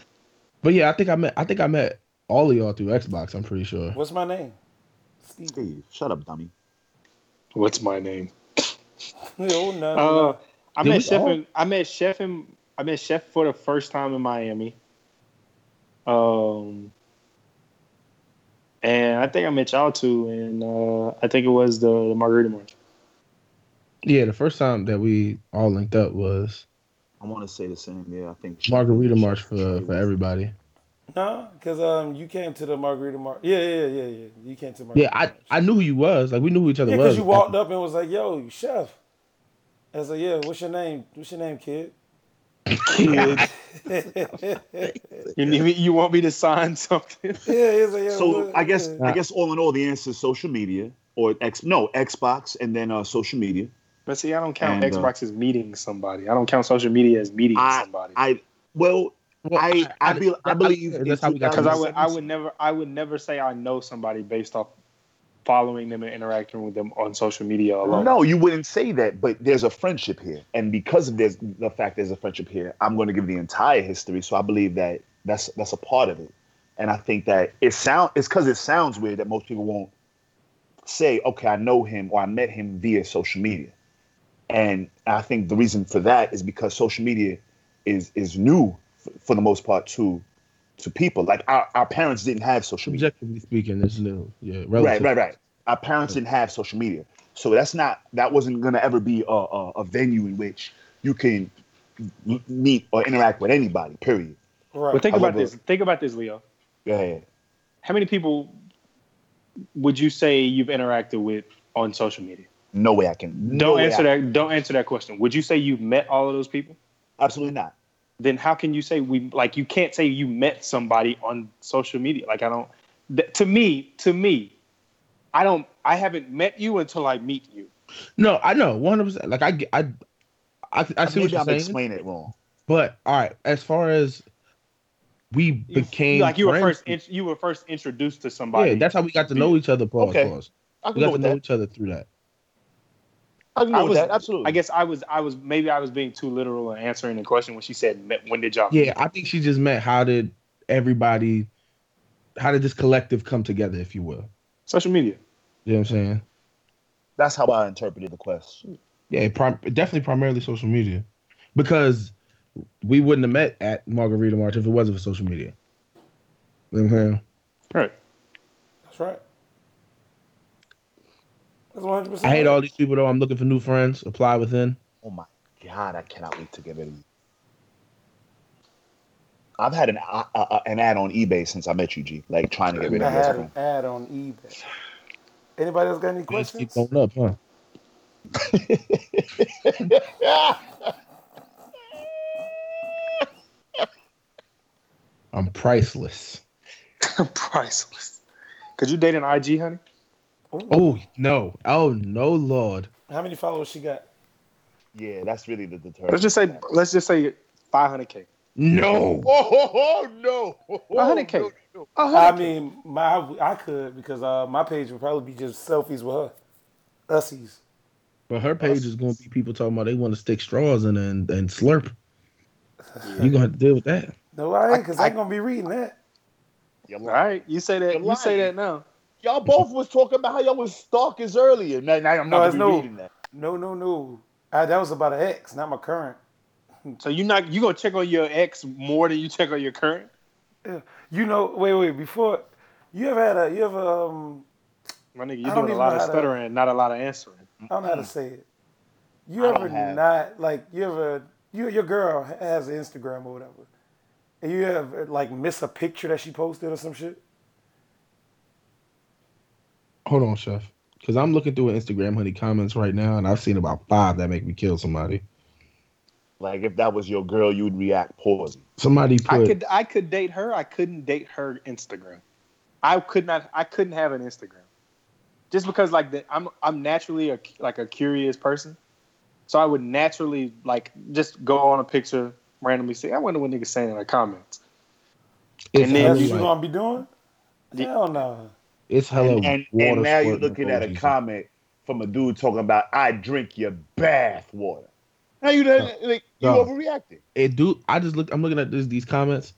S3: But yeah, I think I met I think I met all of y'all through Xbox, I'm pretty sure.
S1: What's my name? Steve.
S2: Steve, shut up, dummy.
S4: What's my name?
S1: No, no,
S4: Uh,
S1: no.
S4: I
S3: Did we
S4: met Chef.
S3: all-
S4: In, I met Chef. In, I met Chef for the first time in Miami. Um, and I think I met y'all too, and uh, I think it was the, the Margarita March.
S3: Yeah, the first time that we all linked up was
S2: I want to say the same. Yeah, I think
S3: Margarita March
S2: Trey
S3: for,
S2: was-
S3: for everybody.
S1: No, because um, you came to the Margarita Mart. Yeah, yeah, yeah, yeah. You came to Margarita
S3: Yeah, I,
S1: Mart.
S3: I knew who you was. Like we knew who each other
S1: Yeah,
S3: was.
S1: because you walked up and was like, yo, chef. I was like, yeah, what's your name? What's your name, kid?
S4: Kid,
S1: yeah,
S4: you need, you want me to sign something?
S1: he was like, yeah.
S2: So
S1: what-
S2: I guess
S1: yeah.
S2: I guess all in all, the answer is social media or X. No, Xbox and then uh, social media.
S4: But see, I don't count
S2: And, uh,
S4: Xbox as meeting somebody. I don't count social media as meeting somebody.
S2: I well,
S3: Well,
S2: I I, be, I believe
S3: that's how we got
S4: Because I
S3: to
S4: would, I would never, I would never say I know somebody based off following them and interacting with them on social media alone.
S2: No, you wouldn't say that, but there's a friendship here. And because of this, the fact there's a friendship here, I'm going to give the entire history. So I believe that that's that's a part of it. And I think that it sound it's because it sounds weird that most people won't say, okay, I know him or I met him via social media. And I think the reason for that is because social media is is new for, for the most part to to people. Like our, our parents didn't have social media.
S3: Objectively speaking, it's new. Yeah,
S2: Right,
S3: relative.
S2: right, right. Our parents didn't have social media, so that's not that wasn't gonna ever be a, a, a venue in which you can m- meet or interact with anybody. Period.
S3: uh,
S1: Right.
S4: But think
S2: I
S4: about
S2: love
S4: this. Think about this, Leo.
S2: Go ahead.
S4: How many people would you say you've interacted with on social media?
S2: No way I can. no
S4: Don't
S2: way
S4: answer
S2: I-
S4: that. Don't answer that question. Would you say you've met all of those people?
S2: Absolutely not.
S4: Then how can you say we like you can't say you met somebody on social media? Like I don't. Th- to me, to me, I don't. I haven't met you until I meet you.
S3: No, I know one hundred percent. Like I, get- I, I, I see what
S2: Maybe
S3: you're
S2: I'm
S3: saying.
S2: explaining it wrong.
S3: But all right, as far as we
S4: You-
S3: became
S4: like you were
S3: friends-
S4: first. In, you were first introduced to somebody.
S3: yeah, that's how we got to know each other. Pause,
S2: Okay.
S3: pause.
S2: I can
S3: We
S2: go
S3: got to
S2: with
S3: know
S2: that.
S3: each other through that.
S2: I can
S4: I
S2: go with
S4: was-
S2: that. Absolutely.
S4: I guess I was. I was maybe I was being too literal in answering the question when she said, "Met- "When did y'all?" meet?"
S3: Yeah, I think she just meant how did everybody, how did this collective come together, if you will.
S4: Social media.
S3: You know what I'm saying?
S2: that's how I interpreted the question.
S3: Yeah, prim- definitely primarily social media, because we wouldn't have met at Margarita March if it wasn't for social media. You know what I'm saying?
S1: That's right. That's 100%.
S3: I hate all these people though. I'm looking for new friends. Apply within.
S2: Oh my god, I cannot wait to get rid of you. I've had an uh, uh, an ad on eBay since I met you, G. Like trying to get rid
S1: I
S2: of
S1: had
S2: you.
S1: an ad on eBay. Anybody else got any
S3: They just keep
S1: questions?
S3: going up, huh? I'm priceless.
S4: Priceless. Could you date an IG, honey?
S1: Ooh.
S3: Oh no! Oh no, Lord!
S1: How many followers she got?
S2: yeah, that's really the deterrent.
S4: Let's just say. Let's just say 500k.
S3: No!
S2: Oh, oh, oh, no! Oh, oh,
S4: 100K.
S2: no, no,
S1: I mean, my I could because uh, my page would probably be just selfies with her, ussies.
S3: But her page is going to be people talking about they want to stick straws in and and slurp. You're going to have to deal with that.
S1: No, I ain't,
S2: I-
S1: cause
S2: I-
S1: I, ain't gonna be reading that.
S2: You're
S4: All
S2: lying.
S4: right, you say that.
S2: You're
S4: You say
S2: lying.
S4: that now.
S2: Y'all both was talking about how y'all was stalkers earlier. Now, now I'm
S1: No,
S2: not
S1: it's
S2: gonna be
S1: no-
S2: reading that.
S1: No, no, no. I, that was about an ex, not my current.
S4: So you not you gonna check on your ex more than you check on your current?
S1: You know, wait, wait. Before you ever had a, you ever um,
S4: My
S1: I
S4: nigga, you're
S1: don't
S4: doing a
S1: even
S4: lot
S1: know
S4: of
S1: how to-
S4: stuttering, and not a lot of answering.
S1: I don't know how to say it. You
S2: I don't
S1: ever
S2: have-
S1: not like you ever you your girl has an Instagram or whatever, and you ever like miss a picture that she posted or some shit?
S3: Hold on, chef, because I'm looking through her Instagram honey comments right now, and I've seen about five that make me kill somebody.
S2: Like if that was your girl, you'd react poorly.
S3: Somebody
S4: I
S3: put
S4: could I could date her. I couldn't date her Instagram. I could not. I couldn't have an Instagram, just because like the, I'm I'm naturally a like a curious person, so I would naturally like just go on a picture randomly say I wonder what niggas saying in the comments.
S3: it's
S4: and then
S3: hella,
S1: That's
S4: you
S1: what
S4: do
S1: you
S3: like-
S1: gonna be doing?
S4: Yeah.
S1: Hell no.
S3: it's hella
S2: And and,
S3: water
S2: and now you're
S3: squirting
S2: looking at a
S3: emojis.
S2: comment from a dude talking about I drink your bath water. Now you done, like you
S3: No.
S2: overreacted.
S3: It do. I just look. I'm looking at this, these comments.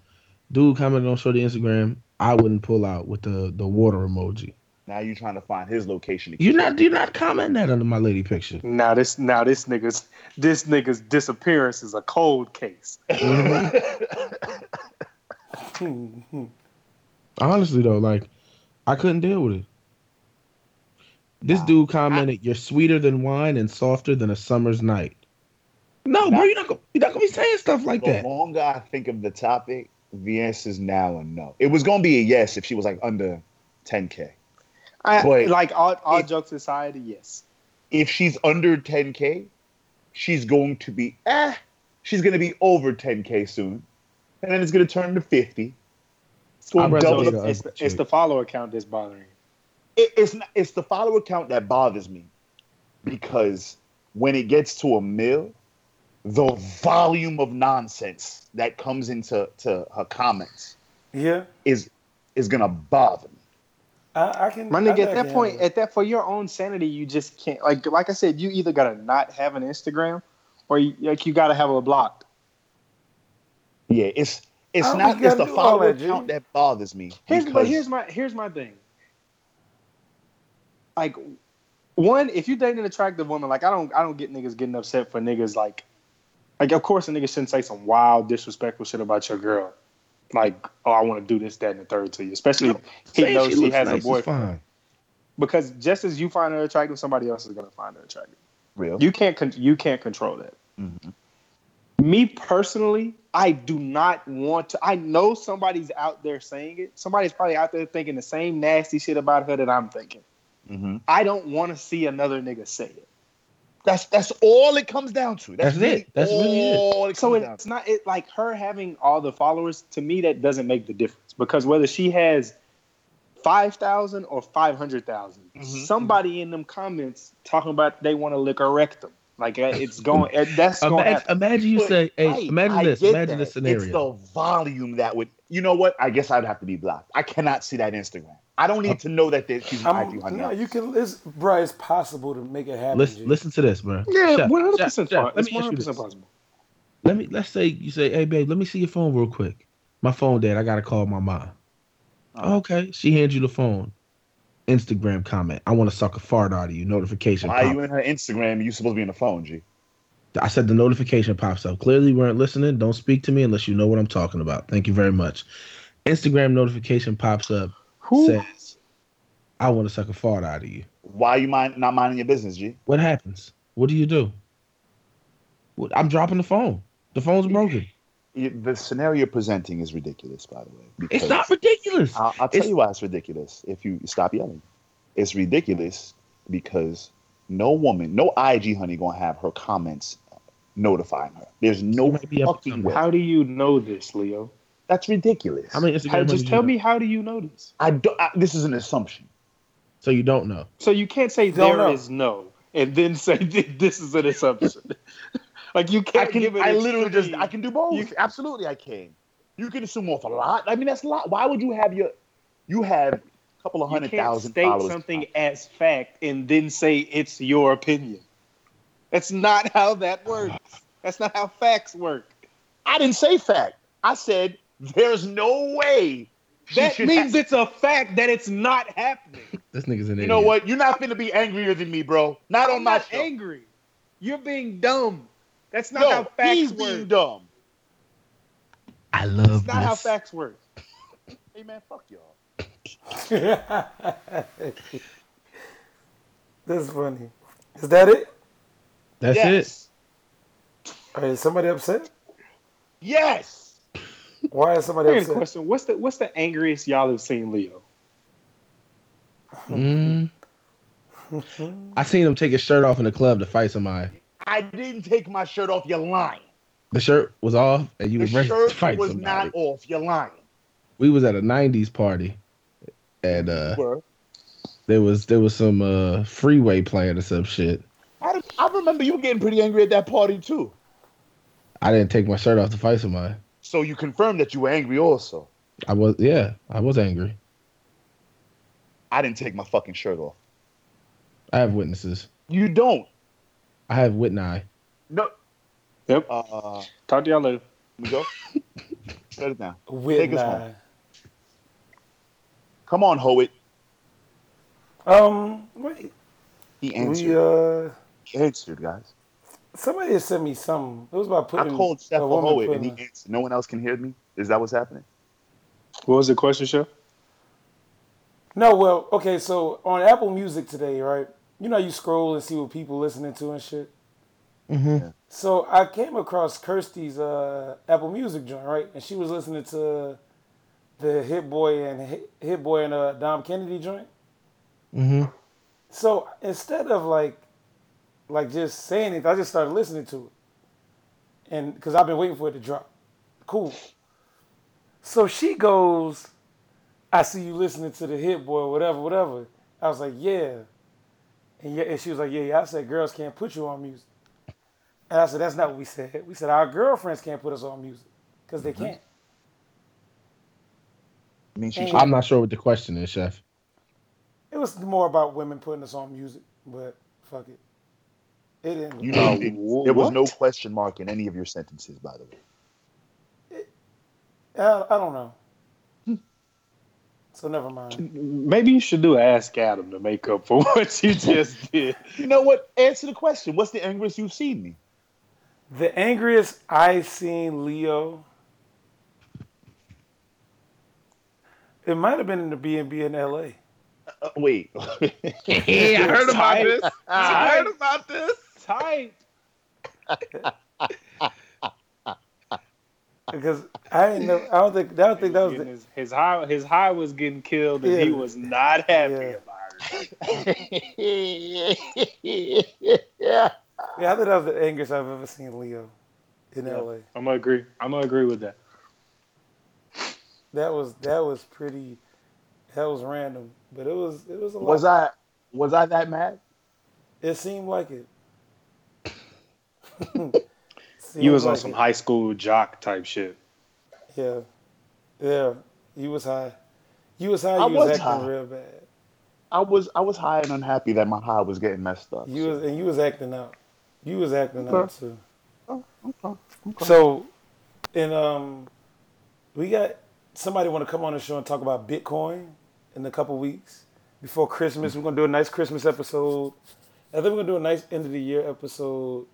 S3: Dude commented on Shorty Instagram. I wouldn't pull out with the the water emoji.
S2: Now you're trying to find his location.
S3: You're not. You're not commenting that under my lady picture.
S4: Now this now this niggas this niggas disappearance is a cold case.
S1: Hmm, hmm.
S3: Honestly though, like I couldn't deal with it. This
S2: Nah.
S3: dude commented, "You're sweeter than wine and softer than a summer's night." No,
S2: Nah.
S3: bro, you're not gonna you're not gonna be saying stuff like
S2: the
S3: that.
S2: longer I think of the topic, the answer's now a no. It was gonna be a yes if she was like under 10k.
S4: I,
S2: Wait.
S4: like all all
S2: It-
S4: jokes aside, yes.
S2: If she's under 10k, she's going to be eh. She's gonna be over 10k soon, and then it's gonna turn to 50. It's
S3: I'd
S2: gonna
S3: rather
S2: double.
S3: date
S2: the-
S3: a-
S4: it's, the, it's the follower count that's bothering you.
S2: it- it's not, it's the follower count that bothers me because when it gets to a mill, the volume of nonsense that comes into to her comments
S1: Yeah.
S2: is is gonna bother me.
S1: I, I can.
S4: My
S1: I
S4: nigga,
S1: can
S4: at that point,
S1: handle it.
S4: at that for your own sanity, you just can't. Like, like I said, you either gotta not have an Instagram, or you, like you gotta have it blocked.
S2: Yeah, it's it's
S1: Oh,
S2: not
S1: you
S2: it's
S1: gotta
S2: the
S1: do all
S2: follower
S1: that, G.
S2: count that bothers me.
S4: Here's but
S2: because-
S4: here's my here's my thing. Like, one, if you date an attractive woman, like I don't I don't get niggas getting upset for niggas like, like of course a nigga shouldn't say some wild disrespectful shit about your girl, like oh I want to do this that and the third to you, especially if he
S3: Saying
S4: knows she
S3: looks
S4: has
S3: nice
S4: a
S3: is
S4: boyfriend.
S3: fine.
S4: Because just as you find her attractive, somebody else is gonna find her attractive.
S2: real.
S4: You can't con- you can't control that.
S2: Mhm.
S4: Me personally, I do not want to. I know somebody's out there saying it. Somebody's probably out there thinking the same nasty shit about her that I'm thinking.
S2: Mhm.
S4: I don't want to see another nigga say it.
S2: That's that's all it comes down to. That's,
S3: That's it.
S2: really
S3: That's really it.
S2: all it
S4: So
S2: comes down
S4: it's not it like her having all the followers. To me, that doesn't make the difference because whether she has five thousand or five
S2: Mhm,
S4: somebody in them comments talking about they want to lick her rectum. Like uh, it's going. uh, That's going. to
S3: Imagine,
S4: happen.
S3: imagine you
S2: But,
S3: say, "Hey,
S2: Right,
S3: imagine
S2: I
S3: this.
S2: get
S3: Imagine
S2: that.
S3: this scenario."
S2: It's the volume that would. You know what? I guess I'd have to be blocked. I cannot see that Instagram. I don't need to know that there- she's an
S1: I'm,
S2: IG honey.
S1: no, you can. It's bro. It's possible to make it happen.
S3: Listen,
S1: G.
S3: listen to this, bro.
S4: Yeah,
S3: Shaq,
S4: one hundred
S3: Shaq,
S4: percent.
S3: Shaq,
S4: Let
S3: Let
S4: It's
S3: me ask
S4: one
S3: you
S4: hundred
S3: this.
S4: percent possible.
S3: Let me let's say you say, "Hey, babe, let me see your phone real quick. My phone dead. I gotta call my mom."
S2: Oh.
S3: Okay, she hands you the phone. Instagram comment. I want to suck a fart out of you. Notification.
S2: Why are
S3: Pop.
S2: you in her Instagram? You supposed to be in the phone, G.
S3: I said the notification pops up. Clearly, you weren't listening. Don't speak to me unless you know what I'm talking about. Thank you very much. Instagram notification pops up.
S4: Who?
S3: Says, "I want to suck a fart out of you."
S2: Why you mind not minding your business, G?
S3: What happens? What do you do? What, I'm dropping the phone. The phone's broken.
S2: You- The scenario you're presenting is ridiculous, by the way.
S3: It's
S2: because-
S3: not ridiculous.
S2: I'll, I'll tell
S3: It's-
S2: you why it's ridiculous if you stop yelling. It's ridiculous because no woman, no IG honey, gonna have her comments notifying her. There's
S3: You
S2: no
S3: might be up to
S2: fucking
S3: something.
S2: way.
S4: How do you know this, Leo?
S2: That's ridiculous.
S3: How many Instagram?
S4: How,
S3: handles
S4: just
S3: you
S4: tell
S3: know?
S4: me how do you know this?
S2: I do, I, this is an assumption.
S3: So you don't know.
S4: So you can't say
S1: Don't
S4: there
S1: know.
S4: is no, and then say th- this is an assumption. like you
S2: I
S4: can't give
S2: can.
S4: it.
S2: I literally just.
S4: extreme-
S2: I can do both.
S4: You-
S2: Absolutely, I can. You can assume off a lot. I mean, that's a lot. Why would you have your? You have a couple of
S4: you
S2: hundred
S4: can't
S2: thousand
S4: state
S2: followers.
S4: something as fact and then say it's your opinion. That's not how that works. That's not how facts work.
S2: I didn't say fact. I said there's no way. she
S4: That
S2: should
S4: means
S2: ha-
S4: it's a fact that it's not happening.
S3: This nigga's an idiot.
S2: You know what? You're not gonna be angrier than me, bro. Not on
S4: I'm
S2: my
S4: not
S2: show.
S4: angry. You're being dumb. That's not how
S2: No,
S4: facts
S2: he's
S4: work.
S2: being dumb.
S3: I love
S4: It's not
S3: this.
S4: how facts work.
S2: Hey man, fuck y'all.
S1: That's funny. Is that it?
S3: That's it.
S2: yes.
S1: Or is somebody upset?
S2: it. Yes.
S1: Why is somebody
S4: I got a
S1: upset?
S4: question. What's the what's the angriest y'all have seen Leo?
S3: Mm. I seen him take his shirt off in the club to fight somebody.
S2: I didn't take my shirt off. You're lying.
S3: The shirt was off, and you
S2: The
S3: was ready to
S2: shirt
S3: fight
S2: was
S3: somebody.
S2: not off. You're lying.
S3: We was at a '90s party, and uh,
S2: Word.
S3: there was there was some uh, freeway playing or some shit.
S2: I, I remember you getting pretty angry at that party too.
S3: I didn't take my shirt off to fight somebody.
S2: So you confirmed that you were angry also.
S3: I was yeah, I was angry.
S2: I didn't take my fucking shirt off.
S3: I have witnesses.
S2: You don't.
S3: I have wit eye.
S2: No.
S4: Yep.
S2: Uh, let
S4: Talk to y'all later.
S2: me go. Shut it down.
S1: With
S2: Take us
S1: nine.
S2: Come on, Howitt.
S1: Um, wait.
S2: He answered.
S1: We uh,
S2: He answered, guys.
S1: somebody had sent me something. It was about
S2: I
S1: putting.
S2: called Chef
S1: a woman
S2: Howitt and
S1: putting
S2: he
S1: a-
S2: answered. No one else can hear me. Is that what's happening?
S4: What was the question, Chef?
S1: No, well, okay. So on Apple Music today, right? You know, how you scroll and see what people listening to and shit.
S3: Mm-hmm.
S1: So I came across Kirsty's uh, Apple Music joint, right? And she was listening to the Hit Boy and Hit, Hit Boy and uh, Dom Kennedy joint.
S3: Mm-hmm.
S1: So instead of like, like just saying it, I just started listening to it, and because I've been waiting for it to drop. Cool. So she goes, "I see you listening to the Hit Boy, whatever, whatever." I was like, "Yeah," and yeah, and she was like, "Yeah, yeah." I said, "Girls can't put you on music," and I said, "That's not what we said. We said our girlfriends can't put us on music because they can't."
S2: I mean, she
S1: Hey.
S2: tried.
S3: I'm not sure what the question is, Chef.
S1: It was more about women putting us on music, but fuck it. It didn't.
S2: You know, it, there was no question mark in any of your sentences, by the way.
S1: It, Uh, I, I don't know. So never mind.
S4: Maybe you should do Ask Adam to make up for what you just did.
S2: You know what? Answer the question. What's the angriest you've seen me?
S1: The angriest I've seen Leo. It might have been in the B and B in L.A.
S2: Uh, wait.
S3: hey, I heard about this. I heard about this.
S4: Tight.
S1: because I didn't know. I don't think. I don't think that was the,
S4: his, his, high. His high was getting killed, and yeah. he was not happy yeah. about
S1: it. yeah, I think that was the angriest I've ever seen Leo in yeah. LA.
S4: I'm gonna agree. I'm gonna agree with that.
S1: That was that was pretty. That was random, but it was it was a lot.
S2: Was I was I that mad?
S1: It seemed like it.
S4: Seems you was like on some it. high school jock type shit.
S1: Yeah, yeah. You was high. You was high. You I was, was acting high. real bad.
S2: I was I was high and unhappy that my high was getting messed up.
S1: You so. was and you was acting out. You was acting okay. out too. Oh, okay. okay. So, and um, we got somebody want to come on the show and talk about Bitcoin in a couple weeks before Christmas. We're gonna do a nice Christmas episode. I think we're gonna do a nice end of the year episode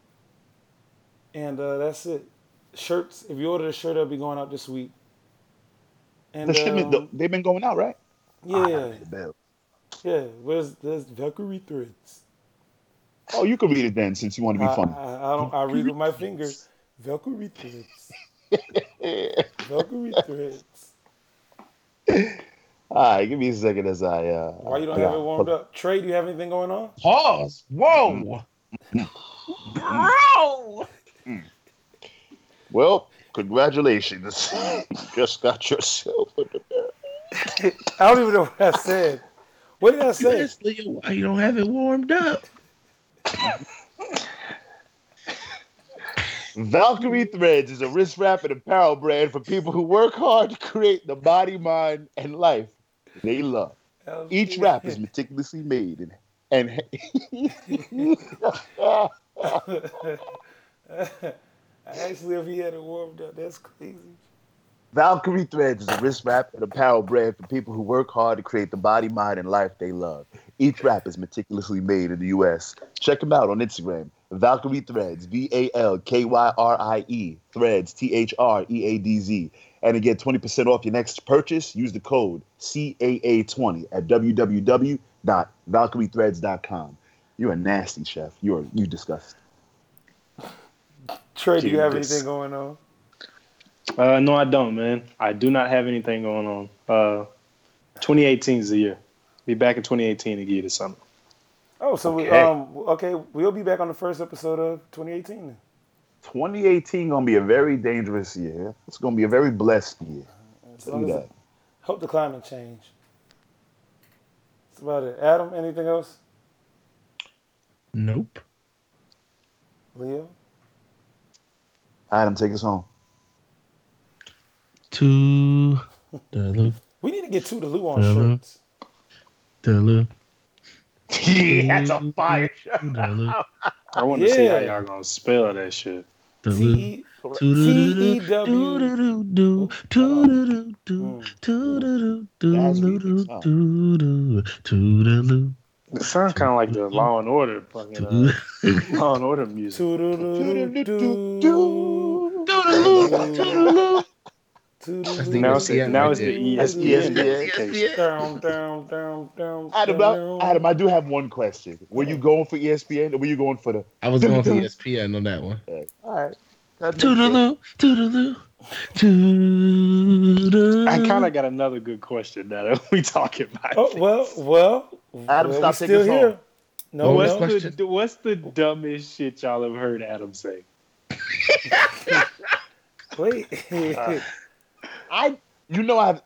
S1: and uh, that's it. Shirts. If you order a shirt, it'll be going out this week.
S2: And the shipment, um, they've been going out, right?
S1: Yeah. Yeah. Where's there's Valkyrie threads?
S2: Oh, you can read it then, since you want to be funny.
S1: I, I, I don't. I read with my fingers. Valkyrie threads. Valkyrie threads.
S2: All right, give me a second as I. Uh,
S1: Why you don't yeah. have it warmed up? Trey, do you have anything going on?
S3: Pause. Whoa.
S5: Bro! Mm.
S2: Well, congratulations. you just got yourself a
S1: I don't even know what I said. What did I say?
S3: Yes, Leo, why you don't have it warmed up?
S2: Valkyrie Threads is a wrist wrap and apparel brand for people who work hard to create the body, mind, and life they love. Oh, Each yeah. wrap is meticulously made and and
S1: actually, if he had it warmed up, that's crazy.
S2: Valkyrie Threads is a wrist wrap and apparel brand for people who work hard to create the body, mind, and life they love. Each wrap is meticulously made in the U.S. Check them out on Instagram. Valkyrie Threads, V A L K Y R I E, Threads, T H R E A D Z. And to get 20% off your next purchase, use the code CAA20 at www dot valkyriethreads.com. You're a nasty chef. You're you disgust.
S1: Trey, do you have anything going on?
S4: Uh, no, I don't, man. I do not have anything going on. Uh, 2018 is the year. Be back in 2018 again this summer.
S1: Oh, so okay. we um okay, we'll be back on the first episode of 2018. Then.
S2: 2018 gonna be a very dangerous year. It's gonna be a very blessed year.
S1: As long as it, hope the climate change about it. Adam, anything else?
S3: Nope.
S1: Leo?
S2: Adam, take us home.
S3: To the
S1: We need to get to the Lou on Dulu. shirts.
S3: Dulu.
S2: yeah, that's a fire shirt.
S4: I want to yeah. see how y'all gonna spell that shit.
S3: T E W.
S1: E Mm.
S4: It sounds kind of like the Law and Order fucking uh, Law and Order music. Now it's E the now it's the
S2: ESPN. Adam, Adam, I do have one question. Were you going for E ESPN or were you going for the?
S3: I was going for E ESPN on that one. All
S2: right.
S3: Toodaloo, toodaloo, toodaloo.
S4: I kind of got another good question now that we talking about.
S1: Oh, well, well,
S2: Adam, well, stop taking still here. Home.
S4: Oh, No, what's, what the, what's the dumbest shit y'all have heard Adam say?
S1: Wait,
S2: uh, I, you know, I.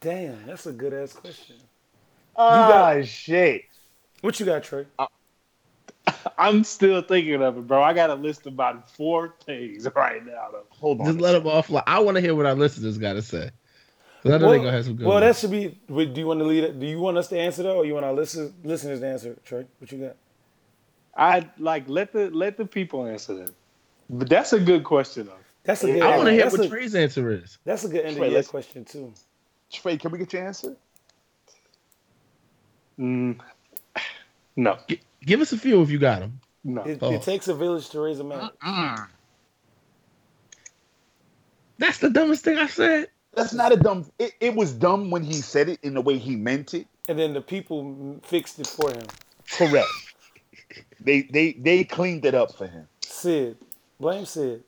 S1: Damn, that's a good ass question.
S2: Ah, oh, shit.
S1: What you got, Trey? Uh,
S4: I'm still thinking of it, bro. I got a list about four things right now. Though.
S3: Hold on. Just let them off. I want to hear what our listeners got to say. I know
S1: well,
S3: they gonna have some good.
S1: well,
S3: ones.
S1: that should be. Wait, do you want to lead it? Do you want us to answer that, or you want our listen, listeners to answer? it, Trey, what you got?
S4: I like let the let the people answer that. But that's a good question though.
S1: That's a good.
S3: I want to hear
S1: that's,
S3: what
S1: a,
S3: Trey's answer is.
S1: that's a good end
S2: Trey,
S1: of year
S2: let's-
S1: question too.
S2: Trey, can we get your answer?
S4: Mm, no,
S3: Give us a few if you got them.
S4: no.
S1: It,
S3: Oh.
S1: it takes a village to raise a man. Mm.
S3: That's the dumbest thing I said.
S2: That's not a dumb. It, it was dumb when he said it in the way he meant it.
S1: and then the people fixed it for him.
S2: Correct. they they they cleaned it up for him.
S1: Sid, blame Sid.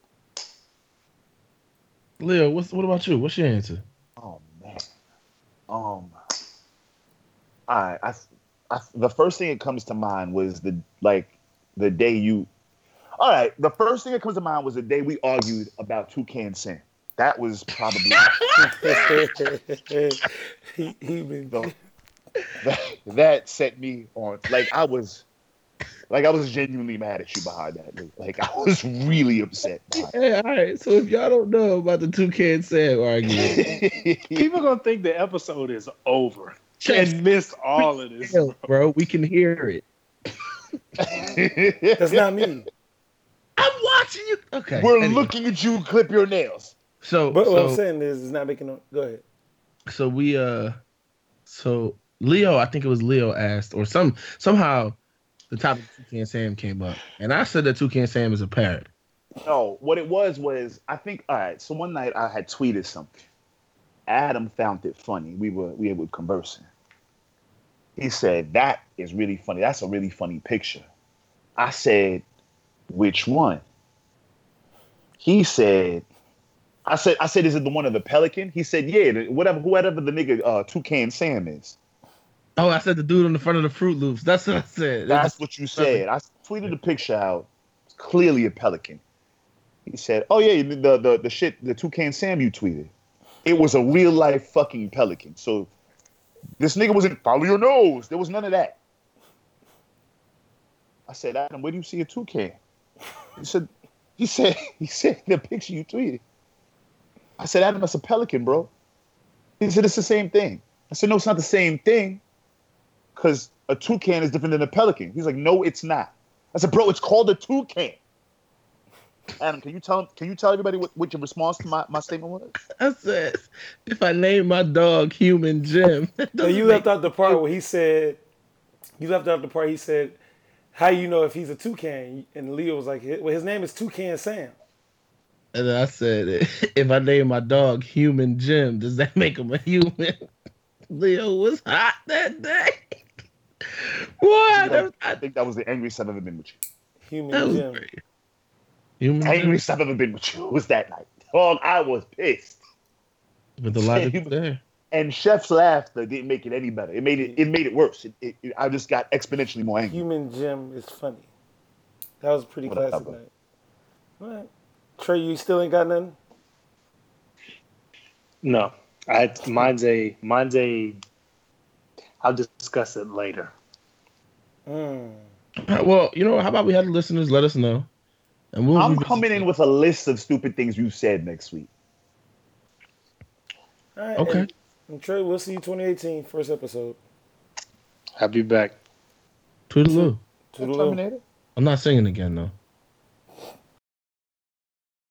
S3: Leo, what's what about you? What's your answer?
S2: Oh man. Um. I, I I the first thing that comes to mind was the like the day you. All right, the first thing that comes to mind was the day we argued about Toucan Sam. That was probably
S1: he, he been
S2: the, that, that set me on. Like I was, like I was genuinely mad at you behind that. Luke. Like I was really upset. Behind
S3: Hey, all right. So if y'all don't know about the two kids Sam argument,
S2: it.
S4: People gonna think the episode is over
S3: Just
S4: and missed all of this.
S3: chill, bro, we can hear it.
S1: That's not me.
S3: I'm watching you. Okay.
S2: We're
S3: anyway.
S2: looking at you clip your nails.
S3: So,
S1: But what I'm
S3: so-
S1: saying is, it's not making no. Go ahead.
S3: so we uh so leo i think it was leo asked or some somehow the topic of toucan sam came up and i said that toucan sam is a parrot
S2: No, what it was was I think all right. So one night I had tweeted something. Adam found it funny. We were we were conversing. He said that is really funny. That's a really funny picture. I said, which one? He said, I said I said is it the one of the pelican? He said yeah. the- Whatever whoever the nigga uh, toucan Sam is.
S3: oh i said the dude on the front of the fruit loops that's what i said
S2: That's what you said. I tweeted a picture out. It's clearly a pelican. He said, "Oh yeah, the the the shit, the toucan Sam you tweeted. It was a real life fucking pelican. So this nigga wasn't follow your nose. There was none of that." I said, "Adam, where do you see a toucan?" He said, "He said he said the picture you tweeted." I said, "Adam, that's a pelican, bro." He said, "It's the same thing." I said, "No, it's not the same thing." because a toucan is different than a pelican. He's like, no, it's not. I said, bro, it's called a toucan. Adam, can you tell can you tell everybody what, what your response to my, my statement was?
S3: i said if i name my dog human jim that
S1: Now
S3: doesn't
S1: you left
S3: make-
S1: out the part where he said, you left out the part he said, how you know if he's a toucan? And Leo was like, well, his name is Toucan Sam.
S3: and i said if i name my dog human jim does that make him a human leo was hot that day what
S2: I think that was the angriest I've ever been with you.
S3: That
S1: Human
S3: was
S1: Jim.
S3: great. Human Jim
S2: Angriest I've ever been with you was that night. Dog, I was pissed.
S3: with the logic
S2: Human-
S3: there.
S2: And Chef's laughter didn't make it any better. It made it it made it worse. It, it, it- I just got exponentially more angry.
S1: Human Jim is funny. That was a pretty
S2: Whatever.
S1: classic night. All right. Trey, you still ain't got nothing?
S4: No, I mine's a mine's a. I'll discuss it later.
S1: Mm.
S3: Uh, Well, you know, how about we have the listeners let us know, and we'll.
S2: I'm
S3: revisit
S2: coming in
S3: it.
S2: with a list of stupid things you said next week.
S1: All right.
S3: Okay.
S1: And, and Trey, we'll see you 2018, first episode.
S4: I'll be back.
S3: Toodaloo.
S1: Toodaloo.
S3: I'm not singing again though.